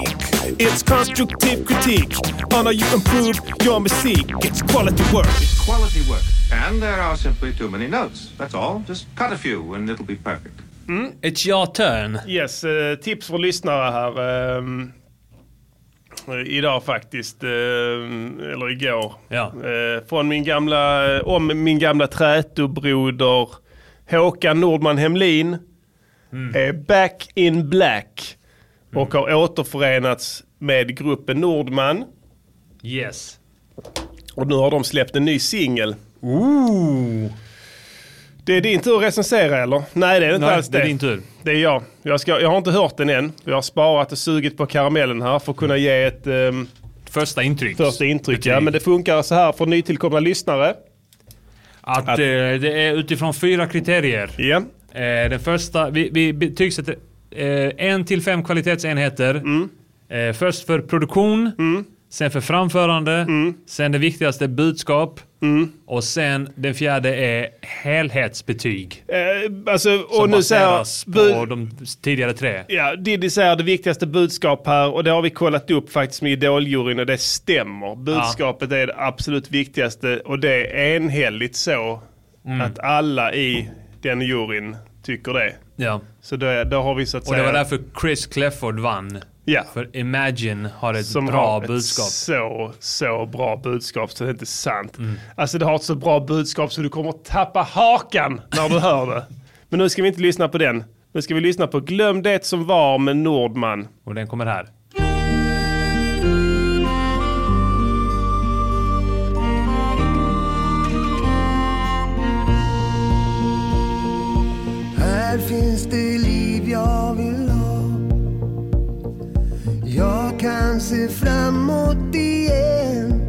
[SPEAKER 19] It's constructive critique on how you improve your music. It's quality work.
[SPEAKER 20] Quality work. And there are simply too many notes. That's all. Just cut a few and it'll be perfect.
[SPEAKER 1] Mm.
[SPEAKER 4] It's your turn.
[SPEAKER 1] Yes, eh, tips för lyssnare här. ehm, eh, idag faktiskt, ehm, eller igår. Eh, från min gamla, eh, om min gamla trätobroder Håkan Nordman Hemlin.
[SPEAKER 4] Mm.
[SPEAKER 1] Är back in black. Och har återförenats med gruppen Nordman.
[SPEAKER 4] Yes.
[SPEAKER 1] Och nu har de släppt en ny singel.
[SPEAKER 4] Oh.
[SPEAKER 1] Det är din tur att recensera eller? Nej det är inte
[SPEAKER 4] Nej,
[SPEAKER 1] alls det.
[SPEAKER 4] det är din tur.
[SPEAKER 1] Det är jag. Jag, ska, jag har inte hört den än. Jag har sparat och sugit på karamellen här för att kunna ge ett... ehm,
[SPEAKER 4] Första intryck.
[SPEAKER 1] Första intryck ja, men det funkar så här för nytillkomna lyssnare.
[SPEAKER 4] Att, eh, det är utifrån fyra kriterier.
[SPEAKER 1] Yeah.
[SPEAKER 4] Eh, den första, vi, vi betygsätter eh, en till fem kvalitetsenheter.
[SPEAKER 1] Mm.
[SPEAKER 4] Eh, först för produktion, sen för framförande,
[SPEAKER 1] Mm.
[SPEAKER 4] sen det viktigaste budskap och sen den fjärde är helhetsbetyg.
[SPEAKER 1] Eh, alltså, och
[SPEAKER 4] som
[SPEAKER 1] nu säger...
[SPEAKER 4] baseras
[SPEAKER 1] bud-
[SPEAKER 4] på de tidigare tre.
[SPEAKER 1] Ja, Diddy säger det viktigaste budskap här och det har vi kollat upp faktiskt med Idoljuryn och det stämmer. Budskapet är det absolut viktigaste och det är enhälligt så
[SPEAKER 4] Mm.
[SPEAKER 1] att alla i den juryn tycker det.
[SPEAKER 4] Ja.
[SPEAKER 1] Så då, då har vi så att
[SPEAKER 4] Och det
[SPEAKER 1] säga...
[SPEAKER 4] var därför Chris Clefford vann.
[SPEAKER 1] Ja.
[SPEAKER 4] För Imagine har ett
[SPEAKER 1] som
[SPEAKER 4] bra
[SPEAKER 1] har ett
[SPEAKER 4] budskap.
[SPEAKER 1] så, så bra budskap så det är inte sant.
[SPEAKER 4] Mm.
[SPEAKER 1] Alltså det har ett så bra budskap så du kommer att tappa hakan när du hör det. Men nu ska vi inte lyssna på den. Nu ska vi lyssna på Glöm det som var med Nordman.
[SPEAKER 4] Och den kommer här.
[SPEAKER 16] Här finns det liv jag vill ha Jag kan se framåt igen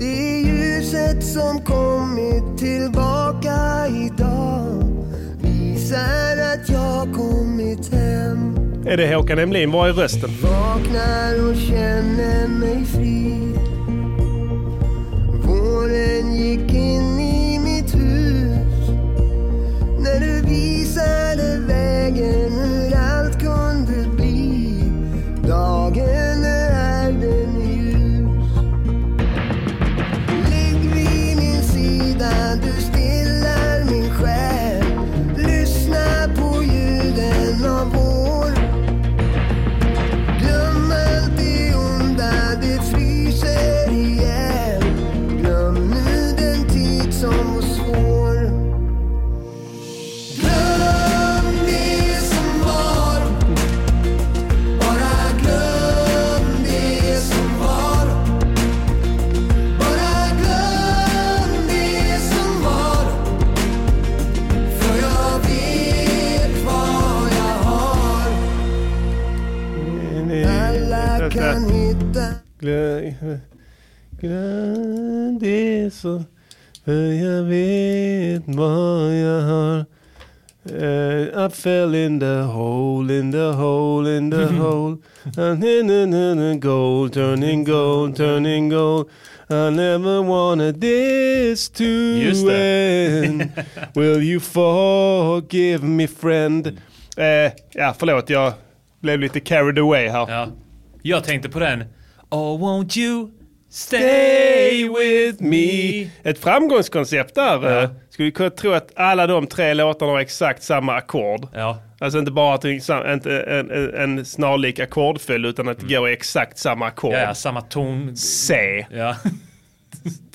[SPEAKER 16] Det är ljuset som kommit tillbaka idag Visar att jag kommit hem
[SPEAKER 1] Är det Håkan Hemlin? Var är rösten?
[SPEAKER 16] Vaknar och känner mig fri Våren gick in i mitt hus När du visade vägen hur allt kunde bli Dagen är här, den är ljus Ligg vid min sida, du stillar min själ Lyssna på ljuden av vår Glöm allt det onda, det fryser ihjäl Glöm nu den tid som var svår Glöm det som var Bara glöm det som var Bara glöm det som var För jag vet vad jag har Alla kan hitta
[SPEAKER 1] Glö- Glöm det så, för jag vet vad jag har. Eh, I fell in the hole, in the hole, in the hole. Ah, And in, in, in, in, gold, turning gold, turning gold. I never wanted this to
[SPEAKER 17] Just
[SPEAKER 1] end. Will you forgive me friend? Eh, ja, förlåt, jag blev lite carried away här.
[SPEAKER 4] Jag tänkte på den. Oh won't you stay with me.
[SPEAKER 1] Ett framgångskoncept där. eh, Skulle kunna tro att alla de tre låtarna har exakt samma ackord.
[SPEAKER 4] Ja.
[SPEAKER 1] Alltså inte bara att det är sam- inte en, en, en snarlik ackordföljd utan att det går i exakt samma ackord.
[SPEAKER 4] Mm. Ja, ja, samma ton.
[SPEAKER 1] C.
[SPEAKER 4] Ja.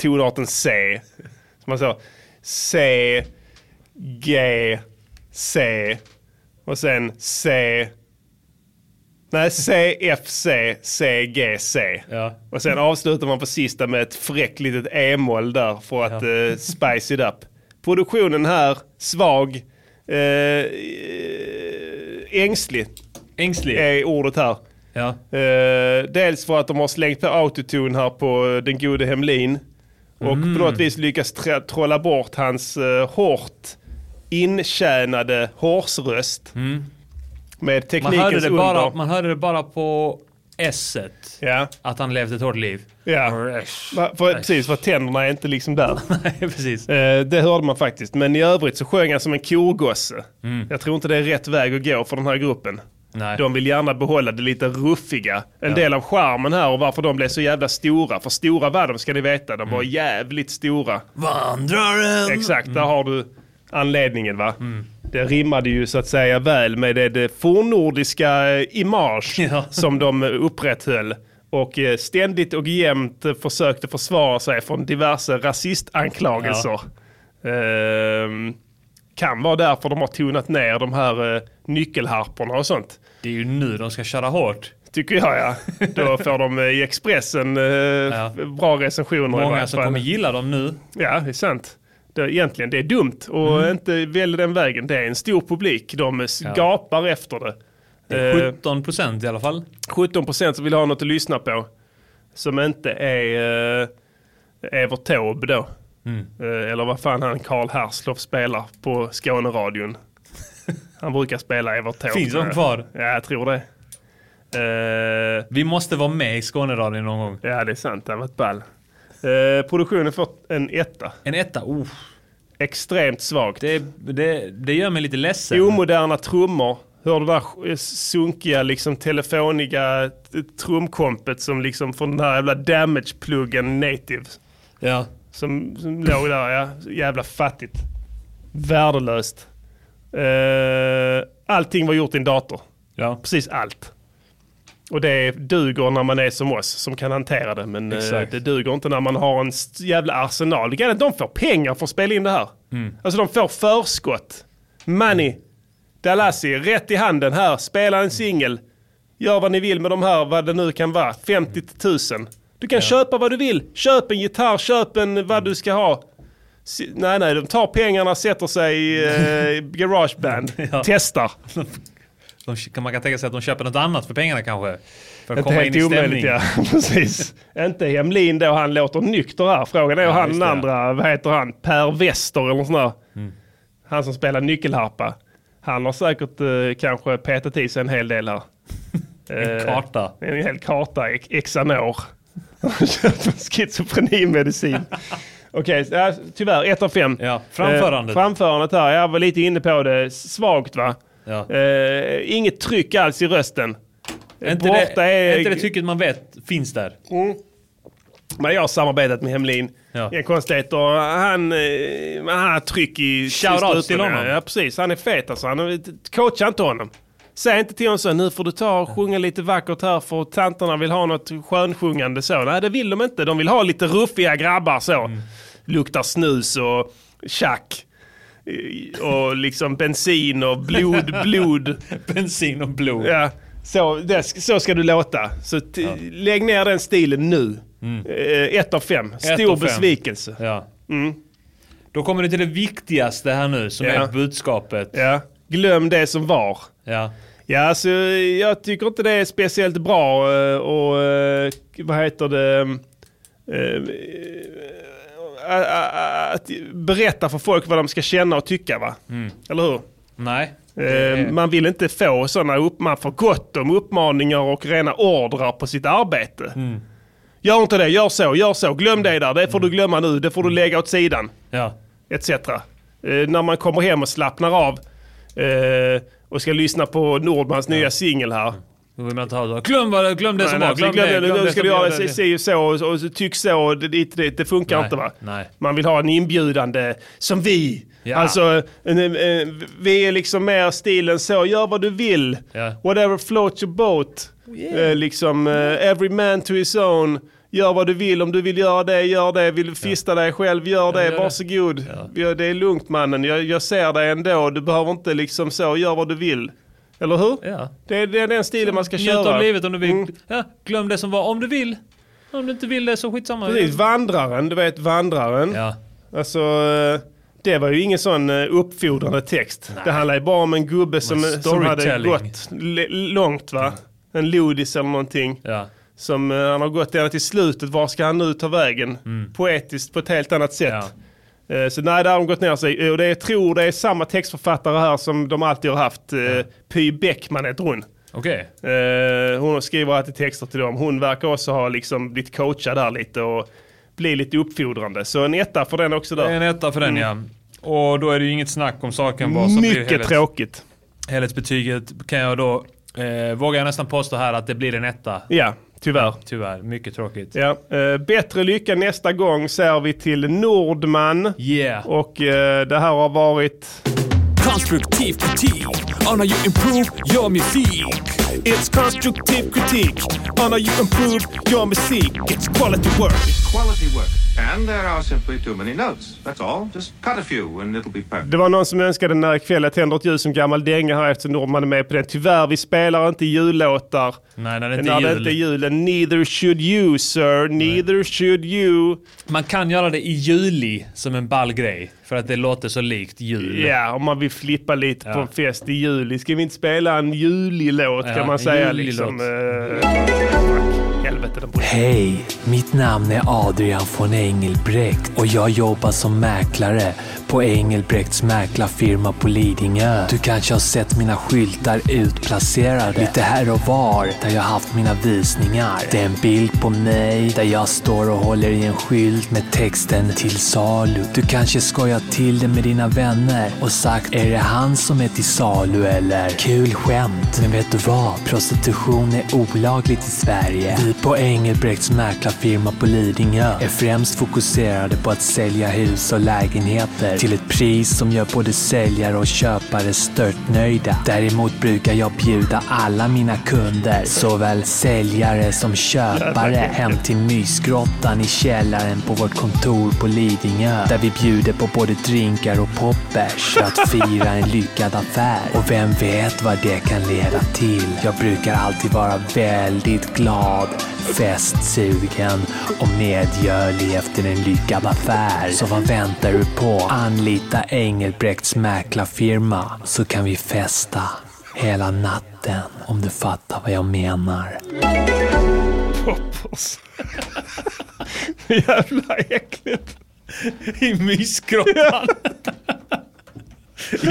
[SPEAKER 1] Tonarten C. Som man sa. C, G, C. Och sen C. Nej, C, F, C, C, G, C. Och sen avslutar man på sista med ett fräckt litet e-moll där för att eh, spice it up. Produktionen här, svag, eh, eh, ängslig.
[SPEAKER 4] Ängslig?
[SPEAKER 1] Är ordet här.
[SPEAKER 4] Ja.
[SPEAKER 1] Eh, dels för att de har slängt på autotune här på eh, den gode Hemlin. Och
[SPEAKER 4] Mm.
[SPEAKER 1] på något vis lyckas tra- trolla bort hans eh, hårt intjänade hårsröst. Med
[SPEAKER 4] Mm. Man
[SPEAKER 1] teknikens
[SPEAKER 4] hörde, det
[SPEAKER 1] under.
[SPEAKER 4] bara, man hörde det bara på S-et. Att han levde ett hårt liv.
[SPEAKER 1] Ja, Va- för, precis. För tänderna är inte liksom där. Eh,
[SPEAKER 4] Nej, precis.
[SPEAKER 1] det hörde man faktiskt. Men i övrigt så sjöng han som en korgosse.
[SPEAKER 4] Mm.
[SPEAKER 1] Jag tror inte det är rätt väg att gå för den här gruppen.
[SPEAKER 4] Nej.
[SPEAKER 1] De vill gärna behålla det lite ruffiga. En
[SPEAKER 4] Ja.
[SPEAKER 1] del av charmen här och varför de blev så jävla stora. För stora var de, ska ni veta. De var jävligt stora.
[SPEAKER 4] Mm. Vandraren!
[SPEAKER 1] Exakt, där har du anledningen va. Det rimmade ju så att säga väl med det, det fornnordiska eh, image som de eh, upprätthöll. Och eh, ständigt och jämt eh, försökte försvara sig från diverse rasistanklagelser. Ehm, kan vara därför de har tonat ner de här eh, nyckelharporna och sånt.
[SPEAKER 4] Det är ju nu de ska köra hårt.
[SPEAKER 1] Tycker jag ja. Då får de eh, i Expressen eh, bra recensioner. i varje
[SPEAKER 4] Många som
[SPEAKER 1] fall.
[SPEAKER 4] kommer gilla dem nu.
[SPEAKER 1] Ja, det är sant. Det, egentligen, det är dumt och inte välja den vägen. Det är en stor publik. De s-
[SPEAKER 4] Mm. Ja.
[SPEAKER 1] gapar efter det.
[SPEAKER 4] Det är
[SPEAKER 1] Eh,
[SPEAKER 4] 17 procent i alla fall.
[SPEAKER 1] 17 procent som vill ha något att lyssna på. Som inte är eh, Evert Taube då.
[SPEAKER 4] Mm.
[SPEAKER 1] Eh, Eller vad fan han Karl Hersloff spelar på Skåneradion. Han brukar spela i vårt tåg.
[SPEAKER 4] Finns de kvar?
[SPEAKER 1] Ja, jag tror det. Eh,
[SPEAKER 4] Vi måste vara med i Skåneradion någon gång.
[SPEAKER 1] Ja, det är sant. Det har varit ball. Eh, produktionen fått en etta.
[SPEAKER 4] En etta? Oh.
[SPEAKER 1] Extremt svagt.
[SPEAKER 4] Det, gör mig lite ledsen.
[SPEAKER 1] Omoderna trummor. Hör du det där sunkiga, liksom telefoniga t- trumkompet som liksom från den här jävla damage-pluggen native.
[SPEAKER 4] Ja.
[SPEAKER 1] Som, som låg där, ja. Jävla fattigt. Värdelöst. Eh, allting var gjort i en dator.
[SPEAKER 4] Ja.
[SPEAKER 1] Precis allt. Och det duger när man är som oss som kan hantera det. Men eh,
[SPEAKER 4] Exakt.
[SPEAKER 1] det duger inte när man har en st- jävla arsenal. Grejen är att De får pengar för att spela in det här.
[SPEAKER 4] Mm.
[SPEAKER 1] Alltså de får förskott. Money. Dalassi, rätt i handen här. Spela en singel. Gör vad ni vill med de här, vad det nu kan vara. 50 000. Du kan köpa vad du vill. Köp en gitarr, köp en vad du ska ha. Si- Nej, nej, de tar pengarna, sätter sig i eh, garageband. Testar.
[SPEAKER 4] De, kan- man kan tänka sig att de köper något annat för pengarna kanske. För att
[SPEAKER 1] Inte
[SPEAKER 4] komma in
[SPEAKER 1] helt
[SPEAKER 4] i
[SPEAKER 1] omöjligt
[SPEAKER 4] stämning.
[SPEAKER 1] ja, precis. Inte Hemlin då, han låter nykter här. Frågan är om han den andra, vad heter han, Per Wester eller något sånt där.
[SPEAKER 4] Mm.
[SPEAKER 1] Han som spelar nyckelharpa. Han har säkert eh, kanske petat i sig en hel del här.
[SPEAKER 4] En
[SPEAKER 1] Eh,
[SPEAKER 4] karta.
[SPEAKER 1] En hel karta, ex- Xanor. Schizofrenimedicin. Okej, ja, tyvärr, ett av fem.
[SPEAKER 4] framförandet.
[SPEAKER 1] Eh, framförandet här, jag var lite inne på det, svagt va?
[SPEAKER 4] Ja.
[SPEAKER 1] Eh, inget tryck alls i rösten.
[SPEAKER 4] Är inte,
[SPEAKER 1] Borta
[SPEAKER 4] det,
[SPEAKER 1] är-
[SPEAKER 4] är inte det tycket man vet finns där?
[SPEAKER 1] Men jag har samarbetat med Hemlin.
[SPEAKER 4] Ja.
[SPEAKER 1] Ja. Konstigheter. Han, eh, han har tryck i
[SPEAKER 4] Shout out
[SPEAKER 1] strupen,
[SPEAKER 4] till
[SPEAKER 1] ja.
[SPEAKER 4] honom.
[SPEAKER 1] Ja, precis. Han är fet alltså. Han, coacha inte honom. Säg inte till honom så, nu får du ta och sjunga lite vackert här för tanterna vill ha något skönsjungande så. Nej, det vill de inte. De vill ha lite ruffiga grabbar så.
[SPEAKER 4] Mm.
[SPEAKER 1] Luktar snus och tjack. Eh, Och liksom bensin och blod, blod.
[SPEAKER 4] bensin och blod.
[SPEAKER 1] Ja, så, det, så ska du låta. Så t- lägg ner den stilen nu. Eh, Ett av fem.
[SPEAKER 4] Mm. Ett
[SPEAKER 1] Stor
[SPEAKER 4] av fem.
[SPEAKER 1] besvikelse.
[SPEAKER 4] Ja.
[SPEAKER 1] Mm.
[SPEAKER 4] Då kommer det till det viktigaste här nu som
[SPEAKER 1] Ja.
[SPEAKER 4] är budskapet.
[SPEAKER 1] Ja. Glöm det som var.
[SPEAKER 4] Ja.
[SPEAKER 1] Ja, så jag tycker inte det är speciellt bra eh, och eh, vad heter det? mm, eh, eh, Att berätta för folk vad de ska känna och tycka va?
[SPEAKER 4] Mm.
[SPEAKER 1] Eller hur?
[SPEAKER 4] Nej.
[SPEAKER 1] Eh, Man vill inte få sådana upp, man får gott om uppmaningar och rena ordrar på sitt arbete.
[SPEAKER 4] Mm.
[SPEAKER 1] Gör inte det, gör så, gör så, glöm det där, det får du glömma nu, det
[SPEAKER 4] Mm.
[SPEAKER 1] får du lägga åt sidan.
[SPEAKER 4] Ja.
[SPEAKER 1] Etc. Eh, när man kommer hem och slappnar av eh, och ska lyssna på Nordmans nya singel här.
[SPEAKER 4] Då vill man inte ha det. Glöm, vad- glöm det som var.
[SPEAKER 1] Glöm, glöm det, glöm det, ska
[SPEAKER 4] som
[SPEAKER 1] du
[SPEAKER 4] var.
[SPEAKER 1] göra, se- se ju så och, och, och tyck så, och det, det, det, det funkar
[SPEAKER 4] Nej,
[SPEAKER 1] inte va?
[SPEAKER 4] Nej.
[SPEAKER 1] Man vill ha en inbjudande, som vi.
[SPEAKER 4] Ja.
[SPEAKER 1] Alltså, en, en, en, vi är liksom mer stilen så, gör vad du vill.
[SPEAKER 4] Ja. Oh,
[SPEAKER 1] Whatever floats your boat. Eh, liksom, eh, every man to his own. Gör vad du vill, om du vill göra det, gör det. Vill du fista dig själv, gör det.
[SPEAKER 4] gör det.
[SPEAKER 1] Varsågod. Ja, det är lugnt mannen, jag, jag ser dig ändå. Du behöver inte liksom så, gör vad du vill. Eller hur?
[SPEAKER 4] Ja.
[SPEAKER 1] Det, är- det är den stilen man ska
[SPEAKER 4] Njut
[SPEAKER 1] köra. Mm.
[SPEAKER 4] av livet om du vill. Ja, glöm det som var om du vill. Om du inte vill det så skitsamma.
[SPEAKER 1] Precis, vandraren, du vet vandraren.
[SPEAKER 4] Ja.
[SPEAKER 1] Alltså, eh, det var ju ingen sån eh, uppfordrande text. Det handlade ju bara om en gubbe som, eh,
[SPEAKER 4] Men
[SPEAKER 1] som hade
[SPEAKER 4] storytelling.
[SPEAKER 1] gått l- långt va? En lodis eller någonting. Som eh, han har gått ända till slutet, var ska han nu ta vägen? Poetiskt på ett helt annat sätt. Eh, Så nej, där har de gått ner sig. Eh, Och det, jag tror det är samma textförfattare här som de alltid har haft. eh, Py Bäckman heter hon.
[SPEAKER 4] Okej.
[SPEAKER 1] Eh, hon skriver alltid texter till dem. Hon verkar också ha liksom blivit coachad där lite och bli lite uppfordrande. Så en etta för den också där.
[SPEAKER 4] En etta för den
[SPEAKER 1] Mm.
[SPEAKER 4] ja. Och då är det ju inget snack om saken vad som blir
[SPEAKER 1] Mycket
[SPEAKER 4] helhets-
[SPEAKER 1] tråkigt.
[SPEAKER 4] Helhetsbetyget kan jag då, eh, vågar jag nästan påstå här att det blir en etta.
[SPEAKER 1] Ja, tyvärr.
[SPEAKER 4] Tyvärr, mycket tråkigt.
[SPEAKER 1] Ja, eh, bättre lycka nästa gång ser vi till Nordman.
[SPEAKER 4] Yeah.
[SPEAKER 1] Och eh, det här har varit...
[SPEAKER 19] Konstruktiv kritik on how you improve your music. It's constructive critique on how you improve your music. It's quality work.
[SPEAKER 20] Quality work. And there are simply too many notes. That's all. Just cut a few and it'll be perfect.
[SPEAKER 1] Det var någon som önskade när ikväll jag tänder ett ljus som gammal dänga här eftersom Nordman är med på den. Tyvärr, vi spelar inte jullåtar.
[SPEAKER 4] Nej, när det inte
[SPEAKER 1] När det
[SPEAKER 4] är
[SPEAKER 1] inte är
[SPEAKER 4] jul.
[SPEAKER 1] julen. Neither should you sir, neither should you.
[SPEAKER 4] Man kan göra det i juli som en ball grej. För att det låter så likt jul.
[SPEAKER 1] Ja, om man vill flippa lite
[SPEAKER 4] Ja.
[SPEAKER 1] på en fest i juli. Ska vi inte spela en julig låt
[SPEAKER 4] Ja,
[SPEAKER 1] kan man
[SPEAKER 4] en
[SPEAKER 1] säga
[SPEAKER 4] julig
[SPEAKER 1] liksom?
[SPEAKER 4] låt.
[SPEAKER 1] eh, fuck, helvete. helvete den borde...
[SPEAKER 3] Hej, mitt namn är Adrian von Engelbrekt och jag jobbar som mäklare på Engelbrekts mäklarfirma på Lidingö. Du kanske har sett mina skyltar utplacerade lite här och var där jag haft mina visningar. Det är en bild på mig där jag står och håller i en skylt med texten till salu. Du kanske skojat till det med dina vänner och sagt är det han som är till salu eller? Kul skämt. Men vet du vad? Prostitution är olagligt i Sverige. Vi på Engelbrekts mäklarfirma på Lidingö är främst fokuserade på att sälja hus och lägenheter till ett pris som gör både säljare och köpare störtnöjda. Däremot brukar jag bjuda alla mina kunder, såväl säljare som köpare, hem till mysgrottan i källaren på vårt kontor på Lidingö. Där vi bjuder på både drinkar och poppers för att fira en lyckad affär. Och vem vet vad det kan leda till? Jag brukar alltid vara väldigt glad, festsugen och medgörlig efter en lyckad affär. Så vad väntar du på? Anlita Engelbrekts mäklarfirma så kan vi festa hela natten om du fattar vad jag menar.
[SPEAKER 1] Poppers. Jävla äckligt.
[SPEAKER 4] I mysgrottan.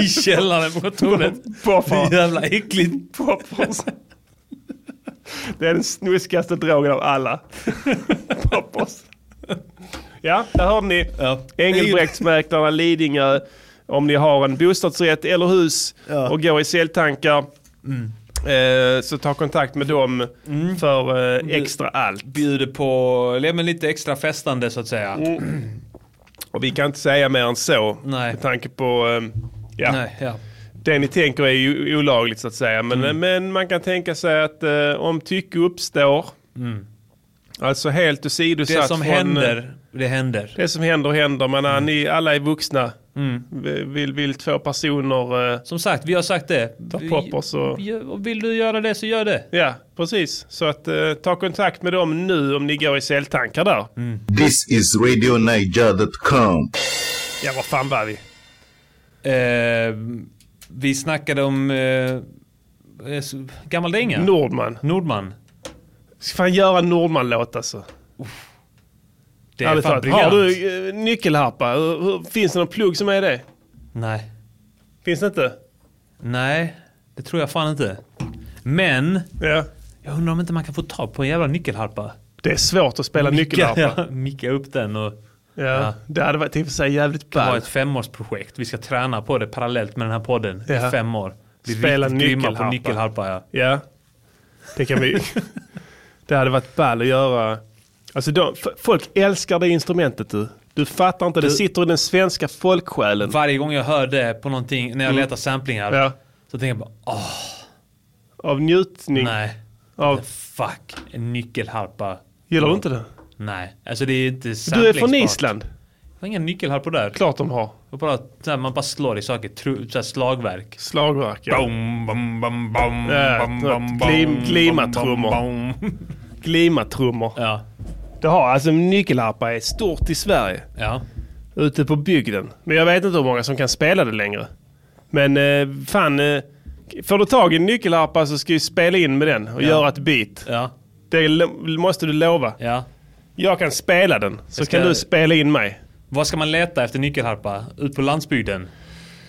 [SPEAKER 4] I källaren på kontoret.
[SPEAKER 1] Poppers.
[SPEAKER 4] Jävla äckligt.
[SPEAKER 1] Poppers. Det är den snuskigaste drogen av alla. Poppers. Ja, där hörde ni. Engelbrektsmäklarna Lidingö. Om ni har en bostadsrätt eller hus och går i säljtankar.
[SPEAKER 4] Mm.
[SPEAKER 1] Eh, så ta kontakt med dem för eh, extra allt.
[SPEAKER 4] Bjuder på ja, men lite extra festande så att säga.
[SPEAKER 1] Mm. Och vi kan inte säga mer än så. Med tanke på, eh, ja.
[SPEAKER 4] Nej, ja.
[SPEAKER 1] Det ni tänker är ju olagligt så att säga. Men,
[SPEAKER 4] Mm.
[SPEAKER 1] men man kan tänka sig att eh, om tycke uppstår.
[SPEAKER 4] Mm.
[SPEAKER 1] Alltså helt åsidosatt
[SPEAKER 4] Det som
[SPEAKER 1] från,
[SPEAKER 4] händer, det händer.
[SPEAKER 1] Det som händer händer. Men eh, ni alla är vuxna.
[SPEAKER 4] Mm.
[SPEAKER 1] Vi- Vill, vill två personer... eh,
[SPEAKER 4] Som sagt, vi har sagt det.
[SPEAKER 1] Ta poppers och...
[SPEAKER 4] Och vill du göra det så gör det.
[SPEAKER 1] Ja, precis. Så att eh, ta kontakt med dem nu om ni går i säljtankar där.
[SPEAKER 4] Mm.
[SPEAKER 21] This is RadioNiger.com.
[SPEAKER 1] Ja, vad fan var vi?
[SPEAKER 4] Eh, vi snackade om eh, eh, gammal dänga.
[SPEAKER 1] Nordman.
[SPEAKER 4] Nordman.
[SPEAKER 1] Ska fan göra en Nordman-låt alltså.
[SPEAKER 4] Det är
[SPEAKER 1] Ärligt
[SPEAKER 4] fan
[SPEAKER 1] talat,
[SPEAKER 4] briljant.
[SPEAKER 1] Har du eh, nyckelharpa? Hur, hur, finns det någon plugg som är det?
[SPEAKER 4] Nej.
[SPEAKER 1] Finns det inte?
[SPEAKER 4] Nej, det tror jag fan inte. Men, jag undrar om inte man kan få tag på en jävla nyckelharpa.
[SPEAKER 1] Det är svårt att spela nyckelharpa.
[SPEAKER 4] Ja, micka upp den och...
[SPEAKER 1] Ja, det hade varit i och för sig jävligt
[SPEAKER 4] Det var
[SPEAKER 1] ballt.
[SPEAKER 4] ett femårsprojekt. Vi ska träna på det parallellt med den här podden
[SPEAKER 1] Ja.
[SPEAKER 4] i fem år. Bli
[SPEAKER 1] Spela
[SPEAKER 4] riktigt grymma
[SPEAKER 1] nyckelharpa.
[SPEAKER 4] på nyckelharpa. Ja.
[SPEAKER 1] Ja, det kan vi... det hade varit ball att göra. Alltså de, f- folk älskar det instrumentet du. Du fattar inte, det
[SPEAKER 4] Du-
[SPEAKER 1] sitter i den svenska folksjälen.
[SPEAKER 4] Varje gång jag hör det på någonting, när jag
[SPEAKER 1] Mm.
[SPEAKER 4] letar samplingar,
[SPEAKER 1] Ja.
[SPEAKER 4] så tänker jag bara åh,
[SPEAKER 1] Av njutning.
[SPEAKER 4] nej.
[SPEAKER 1] Av...
[SPEAKER 4] Fuck, en nyckelharpa.
[SPEAKER 1] Gillar du inte det?
[SPEAKER 4] Nej, alltså det är inte
[SPEAKER 1] Du är från
[SPEAKER 4] samplingsbart.
[SPEAKER 1] Island.
[SPEAKER 4] Jag har inga nyckelharpor där.
[SPEAKER 1] Klart de har.
[SPEAKER 4] Och bara, så här, man bara slår i saker, tru, så här slagverk.
[SPEAKER 1] Slagverk, ja.
[SPEAKER 4] Bom, bom, bom, bom,
[SPEAKER 1] Ja,
[SPEAKER 4] bom,
[SPEAKER 1] något
[SPEAKER 4] bom,
[SPEAKER 1] glim-
[SPEAKER 4] bom,
[SPEAKER 1] glimatrummor.
[SPEAKER 4] bom, bom.
[SPEAKER 1] Glimatrummor.
[SPEAKER 4] Ja.
[SPEAKER 1] Det har, alltså nyckelharpa är stort i Sverige.
[SPEAKER 4] Ja.
[SPEAKER 1] Ute på bygden. Men jag vet inte hur många som kan spela det längre. Men eh, fan, eh, får du tag i en nyckelharpa så ska du spela in med den och
[SPEAKER 4] Ja.
[SPEAKER 1] göra ett beat.
[SPEAKER 4] Ja.
[SPEAKER 1] Det lo- måste du lova.
[SPEAKER 4] Ja.
[SPEAKER 1] Jag kan spela den, så
[SPEAKER 4] Jag ska-
[SPEAKER 1] kan du spela in mig.
[SPEAKER 4] Vad ska man leta efter nyckelharpa? Ut på landsbygden?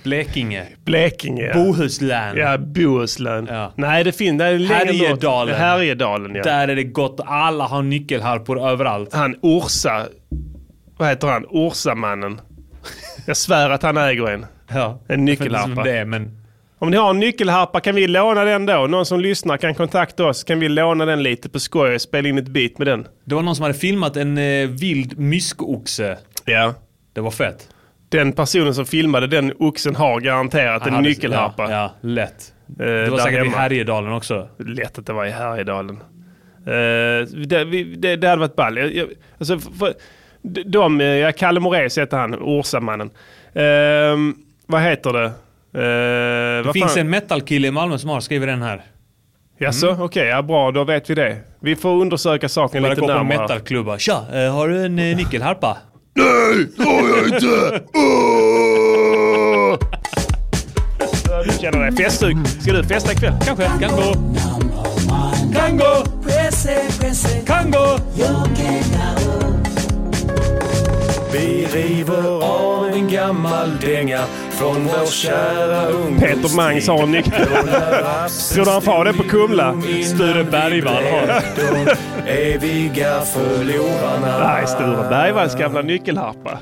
[SPEAKER 4] Blekinge?
[SPEAKER 1] Blekinge.
[SPEAKER 4] Bohuslän?
[SPEAKER 1] Ja, Bohuslän. Nej, det finns... nej, det är längre norrut.
[SPEAKER 4] Härjedalen.
[SPEAKER 1] Härjedalen, ja.
[SPEAKER 4] Där är det gott. Alla har nyckelharpor överallt.
[SPEAKER 1] Han Orsa... Vad heter han? Orsamannen. Jag svär att han äger en. En nyckelharpa.
[SPEAKER 4] Jag vet inte vem det är, men-
[SPEAKER 1] Om ni har en nyckelharpa kan vi låna den då? Någon som lyssnar kan kontakta oss. Kan vi låna den lite på skoj och spela in ett beat med den?
[SPEAKER 4] Det var någon som hade filmat en eh, vild myskoxe.
[SPEAKER 1] Ja.
[SPEAKER 4] Det var fett.
[SPEAKER 1] Den personen som filmade den oxen har garanterat
[SPEAKER 4] Han
[SPEAKER 1] en
[SPEAKER 4] hade-
[SPEAKER 1] nyckelharpa.
[SPEAKER 4] Ja, ja lätt.
[SPEAKER 1] Eh,
[SPEAKER 4] Det var
[SPEAKER 1] där
[SPEAKER 4] säkert
[SPEAKER 1] hemma.
[SPEAKER 4] i Härjedalen också.
[SPEAKER 1] Lätt att det var i Härjedalen. Eh, det, vi, det, det hade varit ball. Jag, jag, alltså, för, för, de- de, eh, ja, Kalle Moraeus heter han, Orsamannen. Uh, vad heter det? Eh,
[SPEAKER 4] Det
[SPEAKER 1] vad
[SPEAKER 4] finns
[SPEAKER 1] fan?
[SPEAKER 4] en Mm. metalkille i Malmö som har skrivit den här.
[SPEAKER 1] Jaså, okej, ja, bra, då vet vi det. Vi får undersöka saken
[SPEAKER 4] Börjar
[SPEAKER 1] lite
[SPEAKER 4] gå på
[SPEAKER 1] närmare.
[SPEAKER 4] metalklubbar. Tja, eh, har du en eh, nyckelharpa?
[SPEAKER 22] Har jag inte!
[SPEAKER 1] Du känner dig festsug. Ska du festa ikväll?
[SPEAKER 4] Kanske. Kango.
[SPEAKER 22] Kango! Press
[SPEAKER 23] Kango!
[SPEAKER 3] Vi river av en gammal dänga från vår kära
[SPEAKER 1] Peter Mangs har en nyckel. Tror du han får det på Kumla? Sture Bergvall har det.
[SPEAKER 3] eviga förlorarna.
[SPEAKER 1] Nej, Sture Bergvalls gamla nyckelharpa.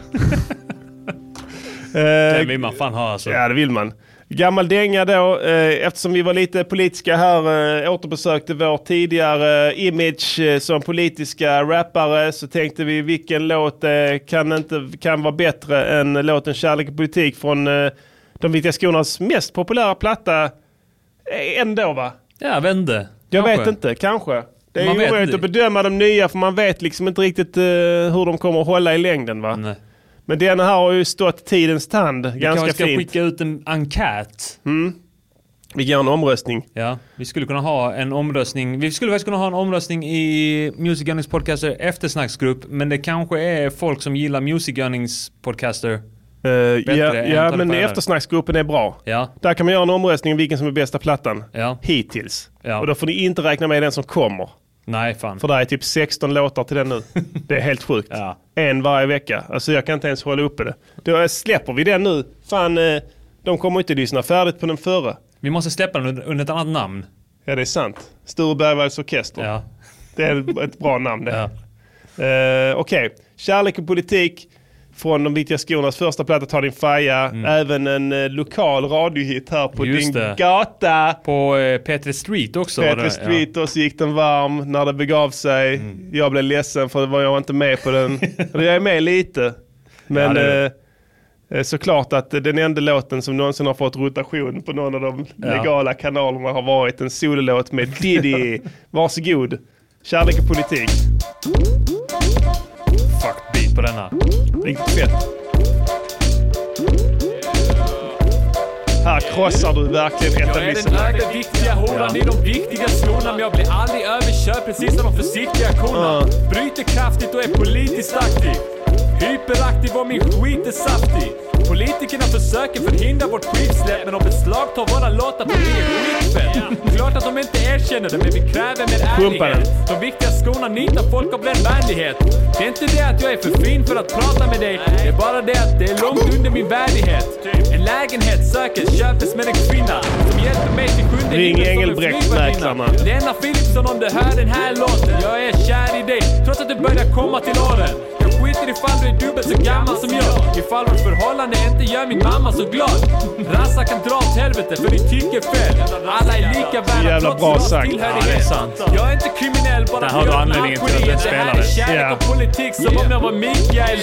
[SPEAKER 1] Eh,
[SPEAKER 23] Den vill man fan ha alltså.
[SPEAKER 1] Ja, det vill man. Gammal dänga då, eh, eftersom vi var lite politiska här, eh, återbesökte vår tidigare eh, image eh, som politiska rappare, så tänkte vi vilken låt eh, kan, inte, kan vara bättre än låten Kärlek och politik från eh, De viktiga skornas mest populära platta eh, ändå va?
[SPEAKER 23] Ja, vände.
[SPEAKER 1] Jag
[SPEAKER 23] Kanske.
[SPEAKER 1] vet inte, kanske. Det är
[SPEAKER 23] Man
[SPEAKER 1] ju
[SPEAKER 23] vet
[SPEAKER 1] omöjligt
[SPEAKER 23] det.
[SPEAKER 1] att bedöma de nya för man vet liksom inte riktigt eh, hur de kommer att hålla i längden va? Men den här har ju stått tidens tand
[SPEAKER 23] Vi
[SPEAKER 1] ganska
[SPEAKER 23] kanske ska
[SPEAKER 1] fint.
[SPEAKER 23] skicka ut en enkät.
[SPEAKER 1] Vi gör en omröstning.
[SPEAKER 23] Ja, vi skulle kunna ha en omröstning. Vi skulle faktiskt kunna ha en omröstning i Music Gunnings Podcaster eftersnacksgrupp. Men det kanske är folk som gillar Music Gunnings Podcaster. bättre
[SPEAKER 1] Eh, ja,
[SPEAKER 23] än
[SPEAKER 1] ja
[SPEAKER 23] Tony
[SPEAKER 1] men
[SPEAKER 23] Ferrer.
[SPEAKER 1] eftersnacksgruppen är bra. Där kan man göra en omröstning om vilken som är bästa plattan hittills. Och då får ni inte räkna med den som kommer.
[SPEAKER 23] Nej, fan.
[SPEAKER 1] För det är typ 16 låtar till den nu. Det är helt sjukt. En varje vecka. Alltså jag kan inte ens hålla uppe det. Då släpper vi den nu. Fan, eh, de kommer inte lyssna färdigt på den förra.
[SPEAKER 23] Vi måste släppa den under, under ett annat namn.
[SPEAKER 1] Ja, det är sant. Sture Bergvalls Orkester. Det är ett bra namn det. Eh, Okej, Kärlek och politik från De viktiga skornas första platta Ta din faja. Även en eh, lokal radiohit här på
[SPEAKER 23] Mm. Just
[SPEAKER 1] din
[SPEAKER 23] det.
[SPEAKER 1] gata.
[SPEAKER 23] På eh, Petre Street också. var
[SPEAKER 1] Petre
[SPEAKER 23] det,
[SPEAKER 1] Street och så gick den varm när det begav sig.
[SPEAKER 23] Mm.
[SPEAKER 1] Jag blev ledsen för det var jag var inte med på den. Eller jag är med lite. Men
[SPEAKER 23] Ja, det är
[SPEAKER 1] eh, eh, såklart att eh, den enda låten som någonsin har fått rotation på någon av de
[SPEAKER 23] Ja.
[SPEAKER 1] legala kanalerna har varit en sololåt med Diddy. Varsågod. Kärlek och politik.
[SPEAKER 23] Ja. Fuck beat på denna.
[SPEAKER 1] Riktigt fett. Här krossar du verkligen
[SPEAKER 4] Jag är den
[SPEAKER 1] etablissemanget.
[SPEAKER 4] öde viktiga horan i de viktiga skorna Men jag blir aldrig överkörd precis som de försiktiga korna Bryter kraftigt och är politiskt aktiv Hyperaktiv och min skit är saftig Politikerna försöker förhindra vårt skivsläpp Men de beslagtar våra låtar på det skitfett Klart att de inte erkänner det men vi kräver mer
[SPEAKER 1] Pumpa den.
[SPEAKER 4] ärlighet De viktiga skorna nitar folk av ren vänlighet Det är inte det att jag är för fin för att prata med dig Det är bara det att det är långt under min värdighet En lägenhet söker köpes med en kvinna Som hjälper mig till sjunde
[SPEAKER 1] Ring
[SPEAKER 4] himlen som en
[SPEAKER 1] Engelbrektsmäklarna.
[SPEAKER 4] flygvärdinna. Lena Philipsson om du hör den här låten Jag är kär i dig trots att du börjar komma till åren Jag skiter ifall du är dubbelt så gammal som jag Ifall vårt förhållande inte gör min mamma så glad Rassar kan dra åt helvete för ni tycker fel Alla är lika värda
[SPEAKER 1] Jävla
[SPEAKER 4] trots
[SPEAKER 1] bra
[SPEAKER 4] deras
[SPEAKER 1] sagt. Ja, det är
[SPEAKER 4] tillhörighet
[SPEAKER 1] sant.
[SPEAKER 4] Jag är inte kriminell bara
[SPEAKER 23] Där har du
[SPEAKER 4] jag är
[SPEAKER 23] anledningen till att den
[SPEAKER 4] alkoholist. Det här är
[SPEAKER 23] spelades.
[SPEAKER 4] kärlek
[SPEAKER 23] Ja.
[SPEAKER 4] och politik som om jag var Mikael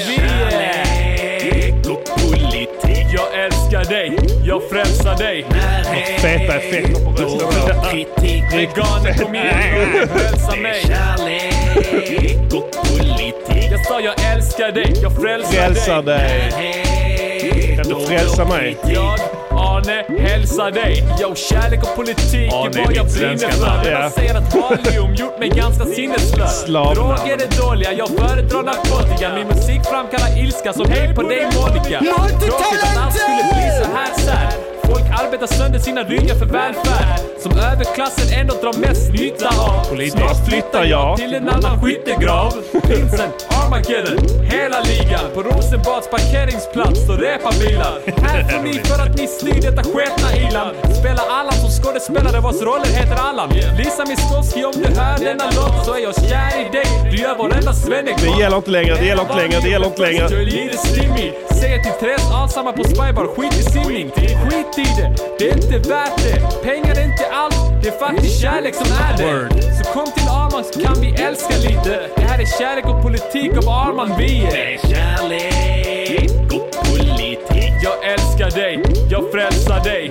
[SPEAKER 4] Wiehe politik Jag älskar dig, jag frälsar dig
[SPEAKER 1] Och feta effekter på rösten.
[SPEAKER 4] Kritik, veganer kom igen och frälsa mig Kärlek och politik Jag sa jag älskar dig, jag frälsar,
[SPEAKER 1] Frälsar dig.
[SPEAKER 4] dig
[SPEAKER 1] Kan du frälsa mig?
[SPEAKER 4] Jag, Arne, hälsar dig Yo, kärlek och politik
[SPEAKER 1] Arne
[SPEAKER 4] är
[SPEAKER 1] är
[SPEAKER 4] vad jag
[SPEAKER 1] mitt
[SPEAKER 4] brinner
[SPEAKER 1] svenska
[SPEAKER 4] för
[SPEAKER 1] namn.
[SPEAKER 4] Denna
[SPEAKER 1] Ja.
[SPEAKER 4] säger att Valium gjort mig ganska sinneslös
[SPEAKER 1] Slav.
[SPEAKER 4] Droger är dåliga, jag föredrar narkotika Min musik framkallar ilska som hej på dig Monica
[SPEAKER 3] Jag har inte
[SPEAKER 4] Tråkigt att allt skulle
[SPEAKER 3] talanger!
[SPEAKER 4] bli så här sär Folk arbetar sönder sina ryggar för välfärd Som överklassen ändå drar mest nytta av
[SPEAKER 1] Politiskt.
[SPEAKER 4] Snart flyttar jag till en annan skyttegrav Prinsen, Armageddon, hela ligan På Rosenbads parkeringsplats står reparbilar Här får ni för att ni styr detta sketna ilan Spelar Allan som skådespelare vars roller heter Allan Lisa Miskovsky om du hör denna låt så är jag kär i dig Du gör varenda svennegran
[SPEAKER 1] Det gäller inte längre, det gäller inte längre, det gäller inte längre.
[SPEAKER 4] du är lite stimmig Säger till Therese avsamma på Spybar, skit i simning Skit i det, det är inte värt det Pengar är inte allt, det är faktiskt kärlek som är det Så kom till Arman så kan vi älska lite Det här är kärlek och politik av Arman Wiehe Det är kärlek och politik Jag älskar dig, jag frälsar dig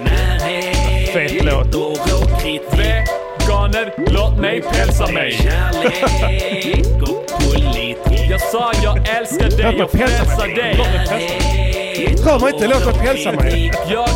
[SPEAKER 1] Fet låt.
[SPEAKER 4] Veganer, låt mig pälsa mig Kärlek och politik Jag sa jag älskar dig,
[SPEAKER 1] Låt mig
[SPEAKER 4] jag
[SPEAKER 1] pälsa mig.
[SPEAKER 4] frälsar dig
[SPEAKER 1] Låt mig pälsa mig. Rör mig inte, låt mig pälsa mig.
[SPEAKER 4] Jag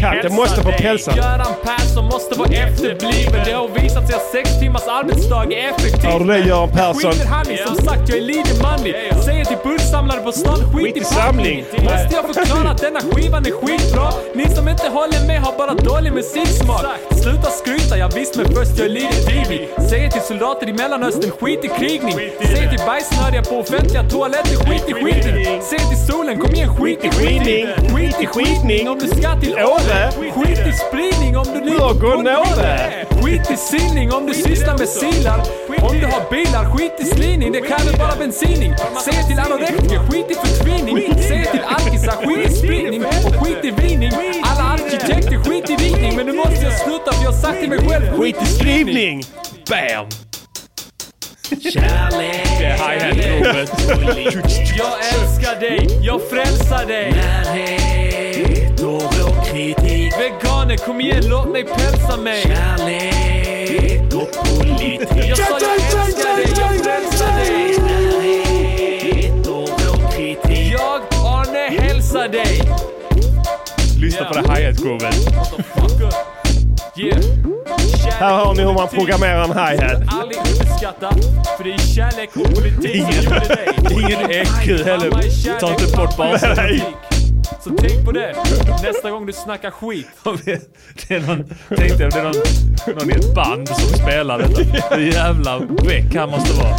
[SPEAKER 1] Katten måste få pälsa.
[SPEAKER 3] Göran Persson måste vara efterbliven. Det har visat sig att sex timmars arbetsdag är effektivt.
[SPEAKER 1] Hör du det, Göran Persson?
[SPEAKER 3] Skiter han i, liksom. som sagt jag är linjemanlig. Säger till buntsamlare på stan, skit i samling. Måste jag förklara att denna skivan är skitbra? Ni som inte håller med har bara dålig musiksmak. Sluta skryta, jag visst men först jag är linjetivig. Säger till soldater i Mellanöstern, skit i krigning. Säger till bajsnödiga på offentliga toaletter, skit i skitning. Säger till solen, kom igen skit i skitning. Skit i skitning om du ska till Åre. Skit i spridning om du ligger på Nåde. Skit i simning om du sysslar med silar. Om du har bilar, skit i slining. Det kräver bara bensining. Säg till anorektiker, skit i förtvinning. Säg till alkisar, skit i spridning. Och skit i vining. Alla arkitekter, skit i vining. Men nu måste jag sluta för jag har sagt till mig själv, skit i skrivning. Bam! Kärlek Det är hi-hat-grovet. Jag älskar dig, jag frälsar dig. Närhet, oro, kritik. Veganer, kom igen, låt mig pälsa mig. Kärlek och politik. Jag sa jag älskar dig, jag frälsar dig. Närhet, oro, kritik. Jag, Arne, hälsar dig.
[SPEAKER 1] Lyssna på det hi-hat-grovet.
[SPEAKER 3] Yeah.
[SPEAKER 1] Här hör ni hur man programmerar en hi-hat.
[SPEAKER 3] Aldrig underskatta, för det är kärlek och politik som gjorde dig.
[SPEAKER 1] Ingen EQ heller.
[SPEAKER 3] Mamma är kärlek,
[SPEAKER 1] Ta inte bort
[SPEAKER 3] pappa är
[SPEAKER 1] basen.
[SPEAKER 3] politik. Så tänk på det nästa gång du snackar skit.
[SPEAKER 4] Det är någon, tänkte jag, det är någon, någon i ett band som spelar detta. Det jävla väck han måste vara.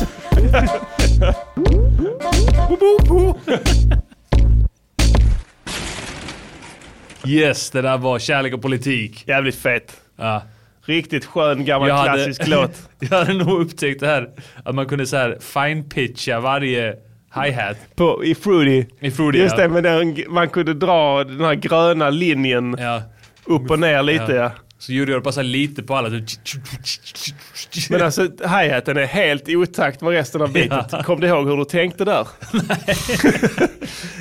[SPEAKER 1] Yes, det där var Kärlek och politik. Jävligt fett. Riktigt skön gammal klassisk låt.
[SPEAKER 4] jag hade nog upptäckt det här. Att man kunde så här fine-pitcha varje hi-hat.
[SPEAKER 1] På, I Fruity.
[SPEAKER 4] I Fruity,
[SPEAKER 1] Just
[SPEAKER 4] ja.
[SPEAKER 1] det, men den, man kunde dra den här gröna linjen upp och ner lite. Ja.
[SPEAKER 4] Så gjorde jag det bara så här lite på alla. Typ.
[SPEAKER 1] Men alltså hi-haten är helt i otakt med resten av beatet. Kom du ihåg hur du tänkte där?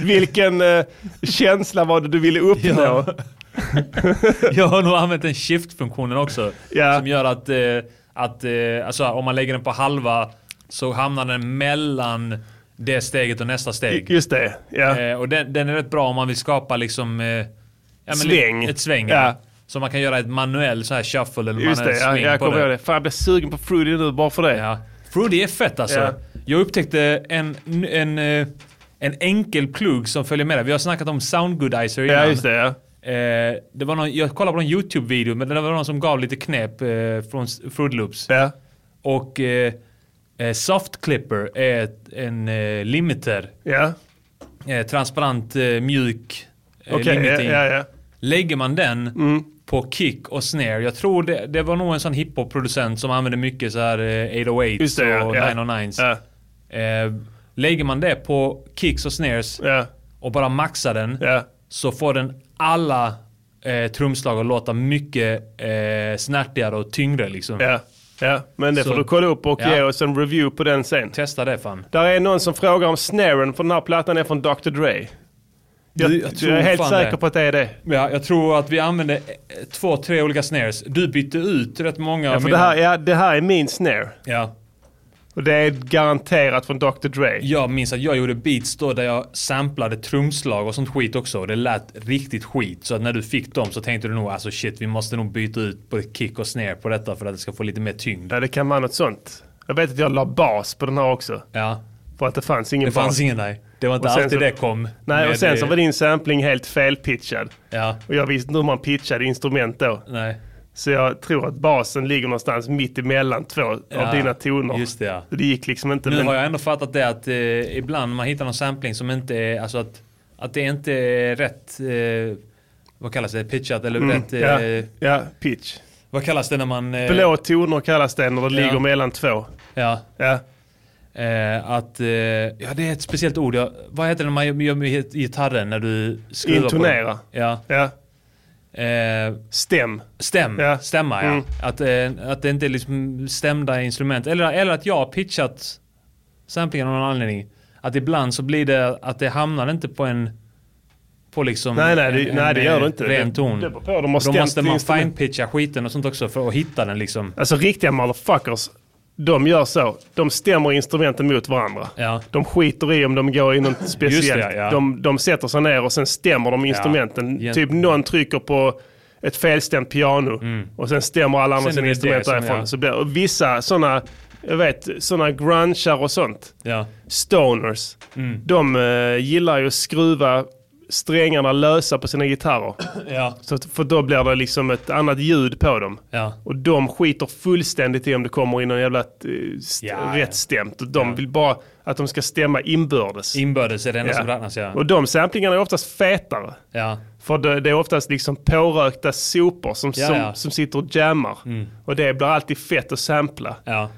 [SPEAKER 1] Vilken eh, känsla var det du ville uppnå?
[SPEAKER 4] Jag har nog använt den shift-funktionen också.
[SPEAKER 1] Ja.
[SPEAKER 4] Som gör att, eh, att eh, alltså, om man lägger den på halva så hamnar den mellan det steget och nästa steg.
[SPEAKER 1] Just det, ja.
[SPEAKER 4] Eh, och den, den är rätt bra om man vill skapa liksom... Eh, ja, men
[SPEAKER 1] Sväng.
[SPEAKER 4] li- Ett sväng,
[SPEAKER 1] Ja.
[SPEAKER 4] ja. Så man kan göra ett manuell så här shuffle eller
[SPEAKER 1] Just
[SPEAKER 4] manuell
[SPEAKER 1] det, ja,
[SPEAKER 4] swing
[SPEAKER 1] jag
[SPEAKER 4] på
[SPEAKER 1] kommer
[SPEAKER 4] det.
[SPEAKER 1] ihåg det. Fan, jag blir sugen på Fruity nu bara för det.
[SPEAKER 4] Ja. Fruity är fett alltså.
[SPEAKER 1] Ja.
[SPEAKER 4] Jag upptäckte en, en, eh, en enkel plugg som följer med det. Vi har snackat om Soundgoodizer innan.
[SPEAKER 1] Ja, just det. Ja.
[SPEAKER 4] Eh, det var någon, jag kollade på en YouTube-video, men det var någon som gav lite knep eh, från S- Fruit Loops. Och eh, eh, Soft Clipper är ett, en eh, limiter. Eh, transparent, eh, mjuk eh,
[SPEAKER 1] Okej,
[SPEAKER 4] limiting.
[SPEAKER 1] ja, ja, Mm. ja.
[SPEAKER 4] Lägger man den på kick och snare. Jag tror det, det var nog en sån hiphop-producent som använde mycket så här eh, 808
[SPEAKER 1] Just det, ja,
[SPEAKER 4] och
[SPEAKER 1] ja.
[SPEAKER 4] 909s. Eh, lägger man det på kicks och snares och bara maxar den så får den alla eh, trumslag att låta mycket eh, snärtigare och tyngre liksom.
[SPEAKER 1] Ja, ja. Men det
[SPEAKER 4] Så-
[SPEAKER 1] får du kolla upp och
[SPEAKER 4] Ja.
[SPEAKER 1] ge oss en review på den sen.
[SPEAKER 4] Testa det fan.
[SPEAKER 1] Där är någon som frågar om snaren för den här plattan är från Dr. Dre. Jag,
[SPEAKER 4] Du,
[SPEAKER 1] jag, är helt
[SPEAKER 4] fan
[SPEAKER 1] säker på att det är det.
[SPEAKER 4] Ja, jag tror att vi använde eh, två, tre olika snares. Du bytte ut rätt många
[SPEAKER 1] Ja,
[SPEAKER 4] av
[SPEAKER 1] för det,
[SPEAKER 4] mina.
[SPEAKER 1] här, ja, det här är min snare.
[SPEAKER 4] Ja.
[SPEAKER 1] Och det är garanterat från Dr. Dre.
[SPEAKER 4] Jag minns att jag gjorde beats då där jag samplade trumslag och sånt skit också. Och det lät riktigt skit. Så att när du fick dem så tänkte du nog alltså shit, vi måste nog byta ut både kick och snare på detta för att det ska få lite mer tyngd.
[SPEAKER 1] Ja, det kan vara något sånt. Jag vet att jag la bas på den här också.
[SPEAKER 4] Ja.
[SPEAKER 1] För att det fanns ingen
[SPEAKER 4] Det fanns
[SPEAKER 1] bas.
[SPEAKER 4] ingen, nej. Det var inte
[SPEAKER 1] Och sen
[SPEAKER 4] alltid
[SPEAKER 1] så-
[SPEAKER 4] det kom.
[SPEAKER 1] Nej, och
[SPEAKER 4] med,
[SPEAKER 1] sen så
[SPEAKER 4] eh,
[SPEAKER 1] var din sampling helt felpitchad.
[SPEAKER 4] Ja.
[SPEAKER 1] Och jag visste inte hur man pitchade instrument då.
[SPEAKER 4] Nej.
[SPEAKER 1] Så jag tror att basen ligger någonstans mitt emellan två
[SPEAKER 4] Ja,
[SPEAKER 1] av dina toner.
[SPEAKER 4] just det, ja.
[SPEAKER 1] Så det gick liksom inte.
[SPEAKER 4] Nu
[SPEAKER 1] men-
[SPEAKER 4] har jag ändå fattat det att eh, ibland man hittar någon sampling som inte är, alltså att, att det inte är rätt, eh, vad kallas det, pitchat eller
[SPEAKER 1] Mm,
[SPEAKER 4] rätt... Eh,
[SPEAKER 1] ja, ja, pitch.
[SPEAKER 4] Vad kallas det när man... eh,
[SPEAKER 1] Blå toner kallas det när det
[SPEAKER 4] Ja.
[SPEAKER 1] ligger mellan två.
[SPEAKER 4] Ja.
[SPEAKER 1] ja.
[SPEAKER 4] Eh, att, eh, ja det är ett speciellt ord. Jag, vad heter det när man gör med git- gitarren när du skruvar på
[SPEAKER 1] Intonera.
[SPEAKER 4] den? Ja.
[SPEAKER 1] ja.
[SPEAKER 4] Eh,
[SPEAKER 1] stäm.
[SPEAKER 4] Stäm. Stämma ja.
[SPEAKER 1] Mm.
[SPEAKER 4] Att, eh, att det inte är liksom stämda instrument. Eller, eller att jag har pitchat samplingen av någon anledning. Att ibland så blir det att det hamnar inte på en... På liksom
[SPEAKER 1] Nej, nej, det-
[SPEAKER 4] en,
[SPEAKER 1] nej, det gör
[SPEAKER 4] eh,
[SPEAKER 1] det inte.
[SPEAKER 4] ren
[SPEAKER 1] Det-
[SPEAKER 4] ton.
[SPEAKER 1] det beror på, de har
[SPEAKER 4] Då
[SPEAKER 1] stämt
[SPEAKER 4] måste man
[SPEAKER 1] instrument.
[SPEAKER 4] fine-pitcha skiten och sånt också för att hitta den liksom.
[SPEAKER 1] Alltså riktiga motherfuckers. de gör så. De stämmer instrumenten mot varandra. De skiter i om de går i något speciellt.
[SPEAKER 4] det, ja.
[SPEAKER 1] de, de sätter sig ner och sen stämmer de instrumenten.
[SPEAKER 4] Jätte-
[SPEAKER 1] Typ någon trycker på ett felstämt piano och sen stämmer alla andra
[SPEAKER 4] Mm. Sen är
[SPEAKER 1] sina
[SPEAKER 4] det
[SPEAKER 1] instrument
[SPEAKER 4] det som-
[SPEAKER 1] därifrån.
[SPEAKER 4] ja.
[SPEAKER 1] Så blir, och vissa sådana, jag vet, sådana grunchar och sånt. Stoners.
[SPEAKER 4] Mm.
[SPEAKER 1] De eh, gillar ju att skruva strängarna lösa på sina gitarrer.
[SPEAKER 4] Ja.
[SPEAKER 1] Så, att- för då blir det liksom ett annat ljud på dem.
[SPEAKER 4] Ja.
[SPEAKER 1] Och de skiter fullständigt i om det kommer in någon jävla eh, st-
[SPEAKER 4] Ja,
[SPEAKER 1] rätt stämt. Och de vill bara att de ska stämma inbördes.
[SPEAKER 4] Inbördes är det enda som räknas, ja.
[SPEAKER 1] Och de samplingarna är oftast fetare.
[SPEAKER 4] Ja.
[SPEAKER 1] För det, det är oftast liksom pårökta sopor som,
[SPEAKER 4] Ja,
[SPEAKER 1] som,
[SPEAKER 4] ja. Mm.
[SPEAKER 1] som sitter och jammar. Och det blir alltid fett att sampla.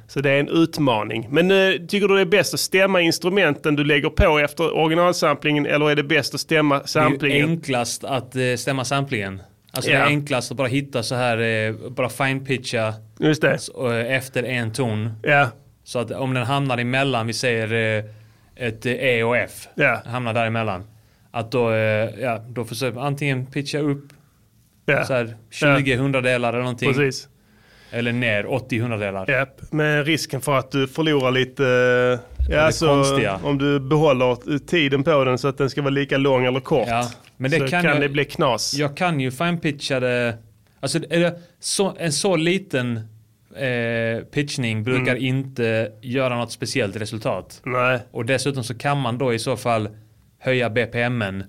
[SPEAKER 1] Så det är en utmaning. Men eh, tycker du det är bäst att stämma instrumenten du lägger på efter originalsamplingen eller är det bäst att stämma
[SPEAKER 4] Det är ju
[SPEAKER 1] samplingen?
[SPEAKER 4] enklast att eh, stämma samplingen. Alltså det
[SPEAKER 1] Ja.
[SPEAKER 4] är enklast att bara hitta så här, eh, bara finepitcha
[SPEAKER 1] Just det.
[SPEAKER 4] s- och, eh, efter en ton.
[SPEAKER 1] Ja.
[SPEAKER 4] Så att om den hamnar emellan, vi säger eh, ett eh, E och F, hamnar däremellan. Att då, eh, ja, då försöker man antingen pitcha upp
[SPEAKER 1] Ja.
[SPEAKER 4] så här 20
[SPEAKER 1] Ja.
[SPEAKER 4] hundradelar eller någonting.
[SPEAKER 1] Precis.
[SPEAKER 4] Eller ner 80 hundradelar.
[SPEAKER 1] Japp, men risken för att du förlorar lite... eh,
[SPEAKER 4] Det är
[SPEAKER 1] Ja, så
[SPEAKER 4] konstiga.
[SPEAKER 1] om du behåller eh, tiden på den så att den ska vara lika lång eller kort.
[SPEAKER 4] Ja, men det
[SPEAKER 1] så
[SPEAKER 4] kan
[SPEAKER 1] kan,
[SPEAKER 4] jag-
[SPEAKER 1] det bli knas.
[SPEAKER 4] Jag kan ju finepitcha det. Alltså är det så, en så liten eh, pitchning brukar
[SPEAKER 1] Mm.
[SPEAKER 4] inte göra något speciellt resultat.
[SPEAKER 1] Nej.
[SPEAKER 4] Och dessutom så kan man då i så fall höja BPMen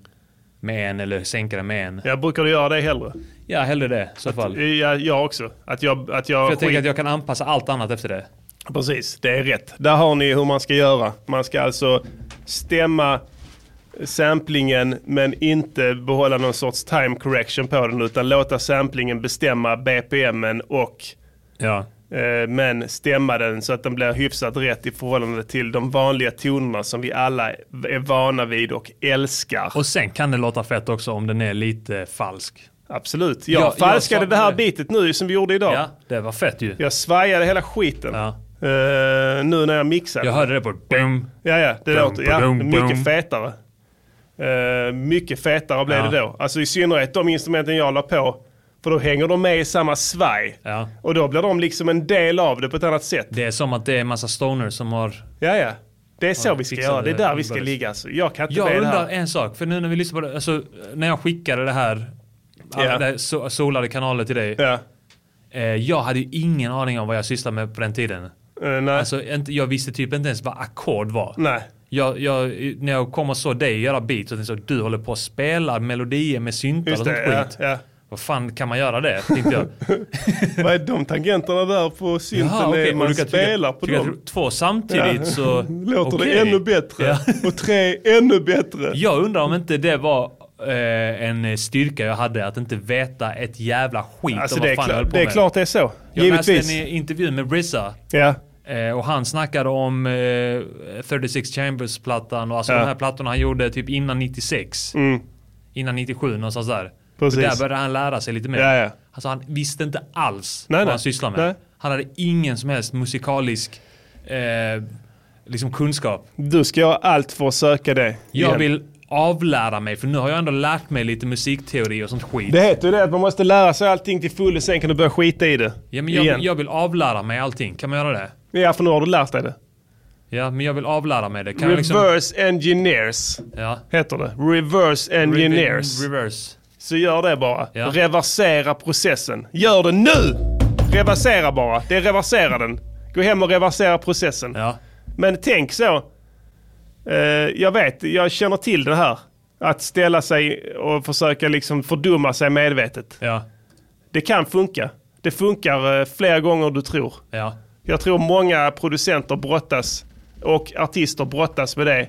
[SPEAKER 4] med en eller sänka den med en.
[SPEAKER 1] Jag brukar du göra det hellre?
[SPEAKER 4] Ja, hellre det i så fall.
[SPEAKER 1] Ja, jag också. Att jag, att jag,
[SPEAKER 4] För jag tänker
[SPEAKER 1] skit-
[SPEAKER 4] att jag kan anpassa allt annat efter det.
[SPEAKER 1] Precis, det är rätt. Där har ni hur man ska göra. Man ska alltså stämma samplingen men inte behålla någon sorts time correction på den utan låta samplingen bestämma BPMen och
[SPEAKER 4] Ja.
[SPEAKER 1] eh, men stämma den så att den blir hyfsat rätt i förhållande till de vanliga tonerna som vi alla är vana vid och älskar.
[SPEAKER 4] Och sen kan det låta fett också om den är lite falsk.
[SPEAKER 1] Absolut. Jag falskade det här bitet nu som vi gjorde idag.
[SPEAKER 4] Ja, det var fett ju.
[SPEAKER 1] Jag svajade hela skiten. Eh, nu när jag mixade.
[SPEAKER 4] Jag hörde det på boom.
[SPEAKER 1] Ja, ja. Det
[SPEAKER 4] Dum,
[SPEAKER 1] låter ja,
[SPEAKER 4] dum,
[SPEAKER 1] mycket
[SPEAKER 4] dum.
[SPEAKER 1] fetare. Eh, mycket fetare blev
[SPEAKER 4] Ja.
[SPEAKER 1] det då. Alltså i synnerhet de instrumenten jag la på. För då hänger de med i samma svaj. Och då blir de liksom en del av det på ett annat sätt.
[SPEAKER 4] Det är som att det är en massa stoners som har...
[SPEAKER 1] Ja, ja. Det är så vi ska
[SPEAKER 4] fixar
[SPEAKER 1] göra. Det är
[SPEAKER 4] det
[SPEAKER 1] där vi ska
[SPEAKER 4] inbördes.
[SPEAKER 1] ligga. Alltså. Jag kan inte
[SPEAKER 4] Jag
[SPEAKER 1] med det
[SPEAKER 4] undrar
[SPEAKER 1] här.
[SPEAKER 4] en sak, för nu när vi lyssnar på det, alltså när jag skickade det här,
[SPEAKER 1] Ja.
[SPEAKER 4] yeah. det här so- solade kanaler till dig. Eh, jag hade ju ingen aning om vad jag sysslade med på den tiden. Alltså, inte, jag visste typ inte ens vad ackord var.
[SPEAKER 1] Eh, Nej.
[SPEAKER 4] Jag, jag, när jag kom och såg dig göra beats, och tänkte så, du håller på och spelar melodier med syntar
[SPEAKER 1] Just
[SPEAKER 4] och sånt
[SPEAKER 1] det, ja,
[SPEAKER 4] skit. Vad fan kan man göra det? Tänkte jag.
[SPEAKER 1] Vad är de tangenterna där på synten?
[SPEAKER 4] Jaha, okej,
[SPEAKER 1] är
[SPEAKER 4] och
[SPEAKER 1] man
[SPEAKER 4] du kan trycka-
[SPEAKER 1] spelar på
[SPEAKER 4] trycka
[SPEAKER 1] dem.
[SPEAKER 4] Två samtidigt
[SPEAKER 1] Ja.
[SPEAKER 4] så...
[SPEAKER 1] Låter
[SPEAKER 4] okej.
[SPEAKER 1] det ännu bättre.
[SPEAKER 4] Ja.
[SPEAKER 1] Och tre ännu bättre.
[SPEAKER 4] Jag undrar om inte det var eh, en styrka jag hade att inte veta ett jävla skit
[SPEAKER 1] Alltså,
[SPEAKER 4] om
[SPEAKER 1] det
[SPEAKER 4] vad
[SPEAKER 1] är
[SPEAKER 4] fan jag
[SPEAKER 1] klart-
[SPEAKER 4] höll på
[SPEAKER 1] det är
[SPEAKER 4] med.
[SPEAKER 1] klart det är så.
[SPEAKER 4] Jag
[SPEAKER 1] Givetvis.
[SPEAKER 4] läste en eh, intervju med RZA.
[SPEAKER 1] Ja.
[SPEAKER 4] Eh, och han snackade om eh, 36 Chambers-plattan och alltså
[SPEAKER 1] Ja.
[SPEAKER 4] de här plattorna han gjorde typ innan 96.
[SPEAKER 1] Mm.
[SPEAKER 4] Innan 97 någonstans där.
[SPEAKER 1] Precis.
[SPEAKER 4] Och där började han lära sig lite mer.
[SPEAKER 1] Ja, ja.
[SPEAKER 4] Alltså han visste inte alls
[SPEAKER 1] Nej,
[SPEAKER 4] vad
[SPEAKER 1] nej.
[SPEAKER 4] han sysslade med.
[SPEAKER 1] Nej.
[SPEAKER 4] Han hade ingen som helst musikalisk eh, liksom kunskap.
[SPEAKER 1] Du ska göra allt för att söka det.
[SPEAKER 4] Jag
[SPEAKER 1] igen.
[SPEAKER 4] vill avlära mig för nu har jag ändå lärt mig lite musikteori och sånt skit.
[SPEAKER 1] Det heter ju det att man måste lära sig allting till fullo, sen kan du börja skita i det.
[SPEAKER 4] Ja, men jag,
[SPEAKER 1] igen.
[SPEAKER 4] vill, jag vill avlära mig allting. Kan man göra det?
[SPEAKER 1] ja, för nu har du lärt dig det.
[SPEAKER 4] Ja, men jag vill avlära mig det. Kan jag liksom...
[SPEAKER 1] Reverse engineers
[SPEAKER 4] Ja.
[SPEAKER 1] heter det. Reverse engineers.
[SPEAKER 4] Re- reverse.
[SPEAKER 1] Så gör det bara.
[SPEAKER 4] Ja.
[SPEAKER 1] Reversera processen. Gör det nu! Reversera bara. Det är reversera den. Gå hem och reversera processen. Men tänk så. Eh, jag vet, jag känner till det här. Att ställa sig och försöka liksom fördumma sig medvetet. Det kan funka. Det funkar eh, fler gånger du tror.
[SPEAKER 4] Ja.
[SPEAKER 1] Jag tror många producenter brottas och artister brottas med det.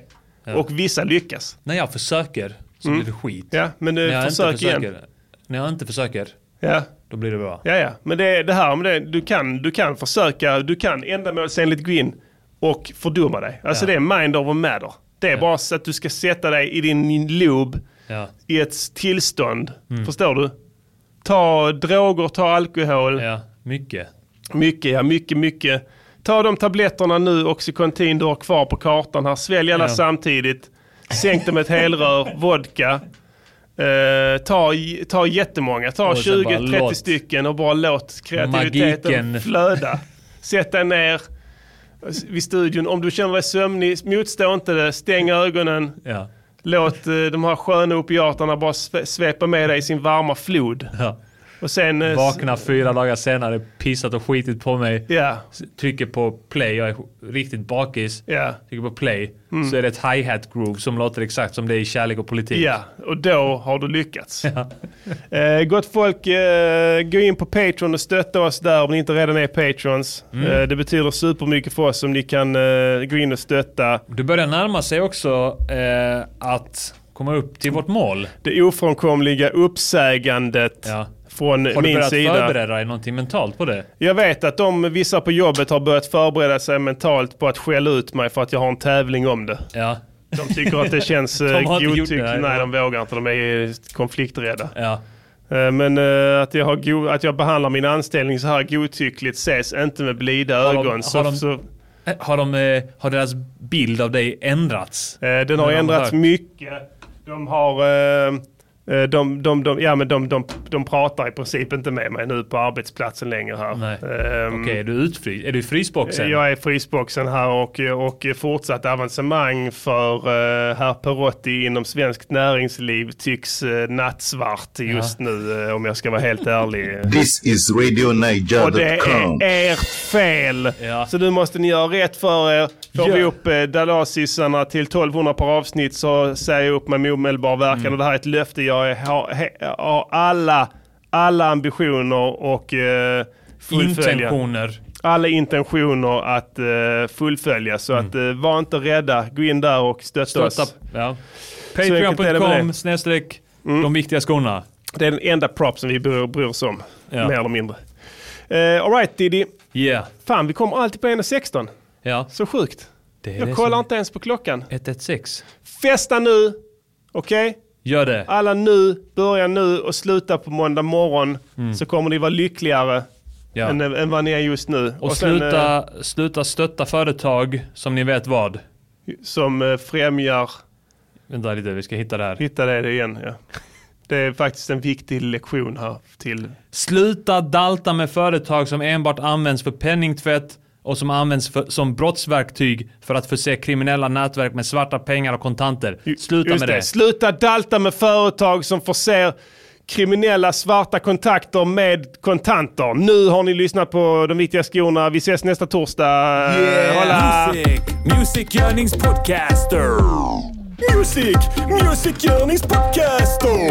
[SPEAKER 1] Och vissa lyckas.
[SPEAKER 4] När jag försöker så
[SPEAKER 1] Mm.
[SPEAKER 4] blir det skit.
[SPEAKER 1] Ja, men
[SPEAKER 4] När
[SPEAKER 1] eh,
[SPEAKER 4] jag inte
[SPEAKER 1] försök igen.
[SPEAKER 4] försöker- När jag inte försöker,
[SPEAKER 1] Ja.
[SPEAKER 4] då blir det bra.
[SPEAKER 1] Ja, ja. Men det, det här med det, du kan, du kan försöka, du kan ändamålsenligt gå in och fördumma dig. Alltså
[SPEAKER 4] Ja.
[SPEAKER 1] det är mind over matter. Det är bara så att du ska sätta dig i din lob
[SPEAKER 4] Ja.
[SPEAKER 1] i ett tillstånd.
[SPEAKER 4] Mm.
[SPEAKER 1] Förstår du? Ta droger, ta alkohol.
[SPEAKER 4] Mycket.
[SPEAKER 1] Mycket, ja. Mycket, mycket. Ta de tabletterna nu, Oxycontin, du har kvar på kartan här. Svälj alla
[SPEAKER 4] Ja.
[SPEAKER 1] samtidigt. Sänk dem med ett helrör, vodka. Eh, ta, ta jättemånga, ta
[SPEAKER 4] Och sen bara
[SPEAKER 1] 20-30
[SPEAKER 4] låt.
[SPEAKER 1] stycken och bara låt kreativiteten
[SPEAKER 4] Magiken.
[SPEAKER 1] flöda. Sätt dig ner, vid studion. Om du känner dig sömnig, motstå inte det. Stäng ögonen.
[SPEAKER 4] Ja.
[SPEAKER 1] Låt eh, de här sköna opiaterna bara sve- svepa med dig i sin varma flod.
[SPEAKER 4] Ja.
[SPEAKER 1] Och sen... eh, s-
[SPEAKER 4] Vaknar fyra dagar senare, pissat och skitit på mig.
[SPEAKER 1] Ja.
[SPEAKER 4] S- Trycker på play, jag är riktigt bakis.
[SPEAKER 1] Ja.
[SPEAKER 4] Trycker på play,
[SPEAKER 1] Mm.
[SPEAKER 4] så är det ett hi-hat groove som låter exakt som det är i Kärlek och politik.
[SPEAKER 1] Ja, och då har du lyckats. Eh, gott folk, eh, gå in på Patreon och stötta oss där om ni inte redan är Patrons.
[SPEAKER 4] Mm.
[SPEAKER 1] Eh, det betyder supermycket för oss om ni kan eh, gå in och stötta.
[SPEAKER 4] Det börjar närma sig också eh, att komma upp till vårt mål.
[SPEAKER 1] Det ofrånkomliga uppsägandet från
[SPEAKER 4] Har du
[SPEAKER 1] min
[SPEAKER 4] börjat
[SPEAKER 1] sida.
[SPEAKER 4] förbereda dig någonting mentalt på det?
[SPEAKER 1] Jag vet att de, vissa på jobbet har börjat förbereda sig mentalt på att skälla ut mig för att jag har en tävling om det.
[SPEAKER 4] Ja.
[SPEAKER 1] De tycker att det känns
[SPEAKER 4] De har
[SPEAKER 1] eh,
[SPEAKER 4] inte gjort
[SPEAKER 1] godtyckligt.
[SPEAKER 4] det här.
[SPEAKER 1] Nej, de vågar inte. De är konflikträdda.
[SPEAKER 4] Ja.
[SPEAKER 1] Eh, Men eh, att jag, har go- att jag behandlar min anställning så här godtyckligt ses inte med blida
[SPEAKER 4] Har de-
[SPEAKER 1] ögon. så,
[SPEAKER 4] har de-
[SPEAKER 1] så,
[SPEAKER 4] Eh, Har, de, eh, har deras bild av dig ändrats?
[SPEAKER 1] den har ändrats mycket. De har... eh, eh, De, de, de, ja, men de, de, de pratar i princip inte med mig nu på arbetsplatsen längre här. Ehm,
[SPEAKER 4] Okej, är du utfri- är du i frysboxen?
[SPEAKER 1] Jag är i frysboxen här och, och fortsatt avancemang för eh, herr Perotti inom svenskt näringsliv tycks eh, nattsvart just nu eh, om jag ska vara helt ärlig.
[SPEAKER 18] This is
[SPEAKER 1] Och det
[SPEAKER 18] RadioNiger.com.
[SPEAKER 1] är ert fel. Så nu måste ni göra rätt för er. Får vi upp eh, Dalasissarna till 1200 per avsnitt så säger jag upp mig med omedelbar verkan.
[SPEAKER 4] Mm.
[SPEAKER 1] Och det här är ett löfte. Jag är, har, he- har alla, alla ambitioner och eh, fullfölja.
[SPEAKER 4] Intentioner.
[SPEAKER 1] Alla intentioner att eh, fullfölja. Så att eh, var inte rädda. Gå in där och stötta,
[SPEAKER 4] Mm. Stötta.
[SPEAKER 1] oss.
[SPEAKER 4] Ja.
[SPEAKER 1] Så enkelt är det med
[SPEAKER 4] Patreon.com
[SPEAKER 1] det. Mm.
[SPEAKER 4] snedstreck de viktiga skorna.
[SPEAKER 1] Det är den enda prop som vi bryr, bryr oss om.
[SPEAKER 4] Ja.
[SPEAKER 1] Mer eller mindre. Eh, all right Diddy.
[SPEAKER 4] Yeah.
[SPEAKER 1] Fan, vi kommer alltid på 1.16.
[SPEAKER 4] Ja.
[SPEAKER 1] Så sjukt.
[SPEAKER 4] Det
[SPEAKER 1] Jag
[SPEAKER 4] det
[SPEAKER 1] kollar inte ens på klockan.
[SPEAKER 4] 116.
[SPEAKER 1] Festa nu, okej?
[SPEAKER 4] Gör det.
[SPEAKER 1] Alla nu, börja nu och sluta på måndag morgon
[SPEAKER 4] Mm.
[SPEAKER 1] så kommer ni vara lyckligare
[SPEAKER 4] Ja.
[SPEAKER 1] än, än vad ni är just nu.
[SPEAKER 4] Och,
[SPEAKER 1] sen,
[SPEAKER 4] sluta,
[SPEAKER 1] eh,
[SPEAKER 4] sluta stötta företag som ni vet vad.
[SPEAKER 1] som eh, främjar...
[SPEAKER 4] Vänta lite, vi ska hitta det här.
[SPEAKER 1] Hitta det igen, ja. Det är faktiskt en viktig lektion här till...
[SPEAKER 4] Sluta dalta med företag som enbart används för penningtvätt och som används för, som brottsverktyg för att förse kriminella nätverk med svarta pengar och kontanter. Sluta
[SPEAKER 1] Just
[SPEAKER 4] med det.
[SPEAKER 1] Sluta dalta med företag som förser kriminella svarta kontakter med kontanter. Nu har ni lyssnat på De viktiga skorna. Vi ses nästa torsdag. Hola!
[SPEAKER 19] Music, music yearnings podcaster. Music, music yearnings podcaster.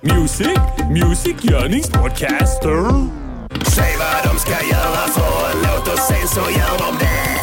[SPEAKER 19] Music, music yearnings podcaster.
[SPEAKER 2] Säg vad de ska göra för en låt och sen så gör de det.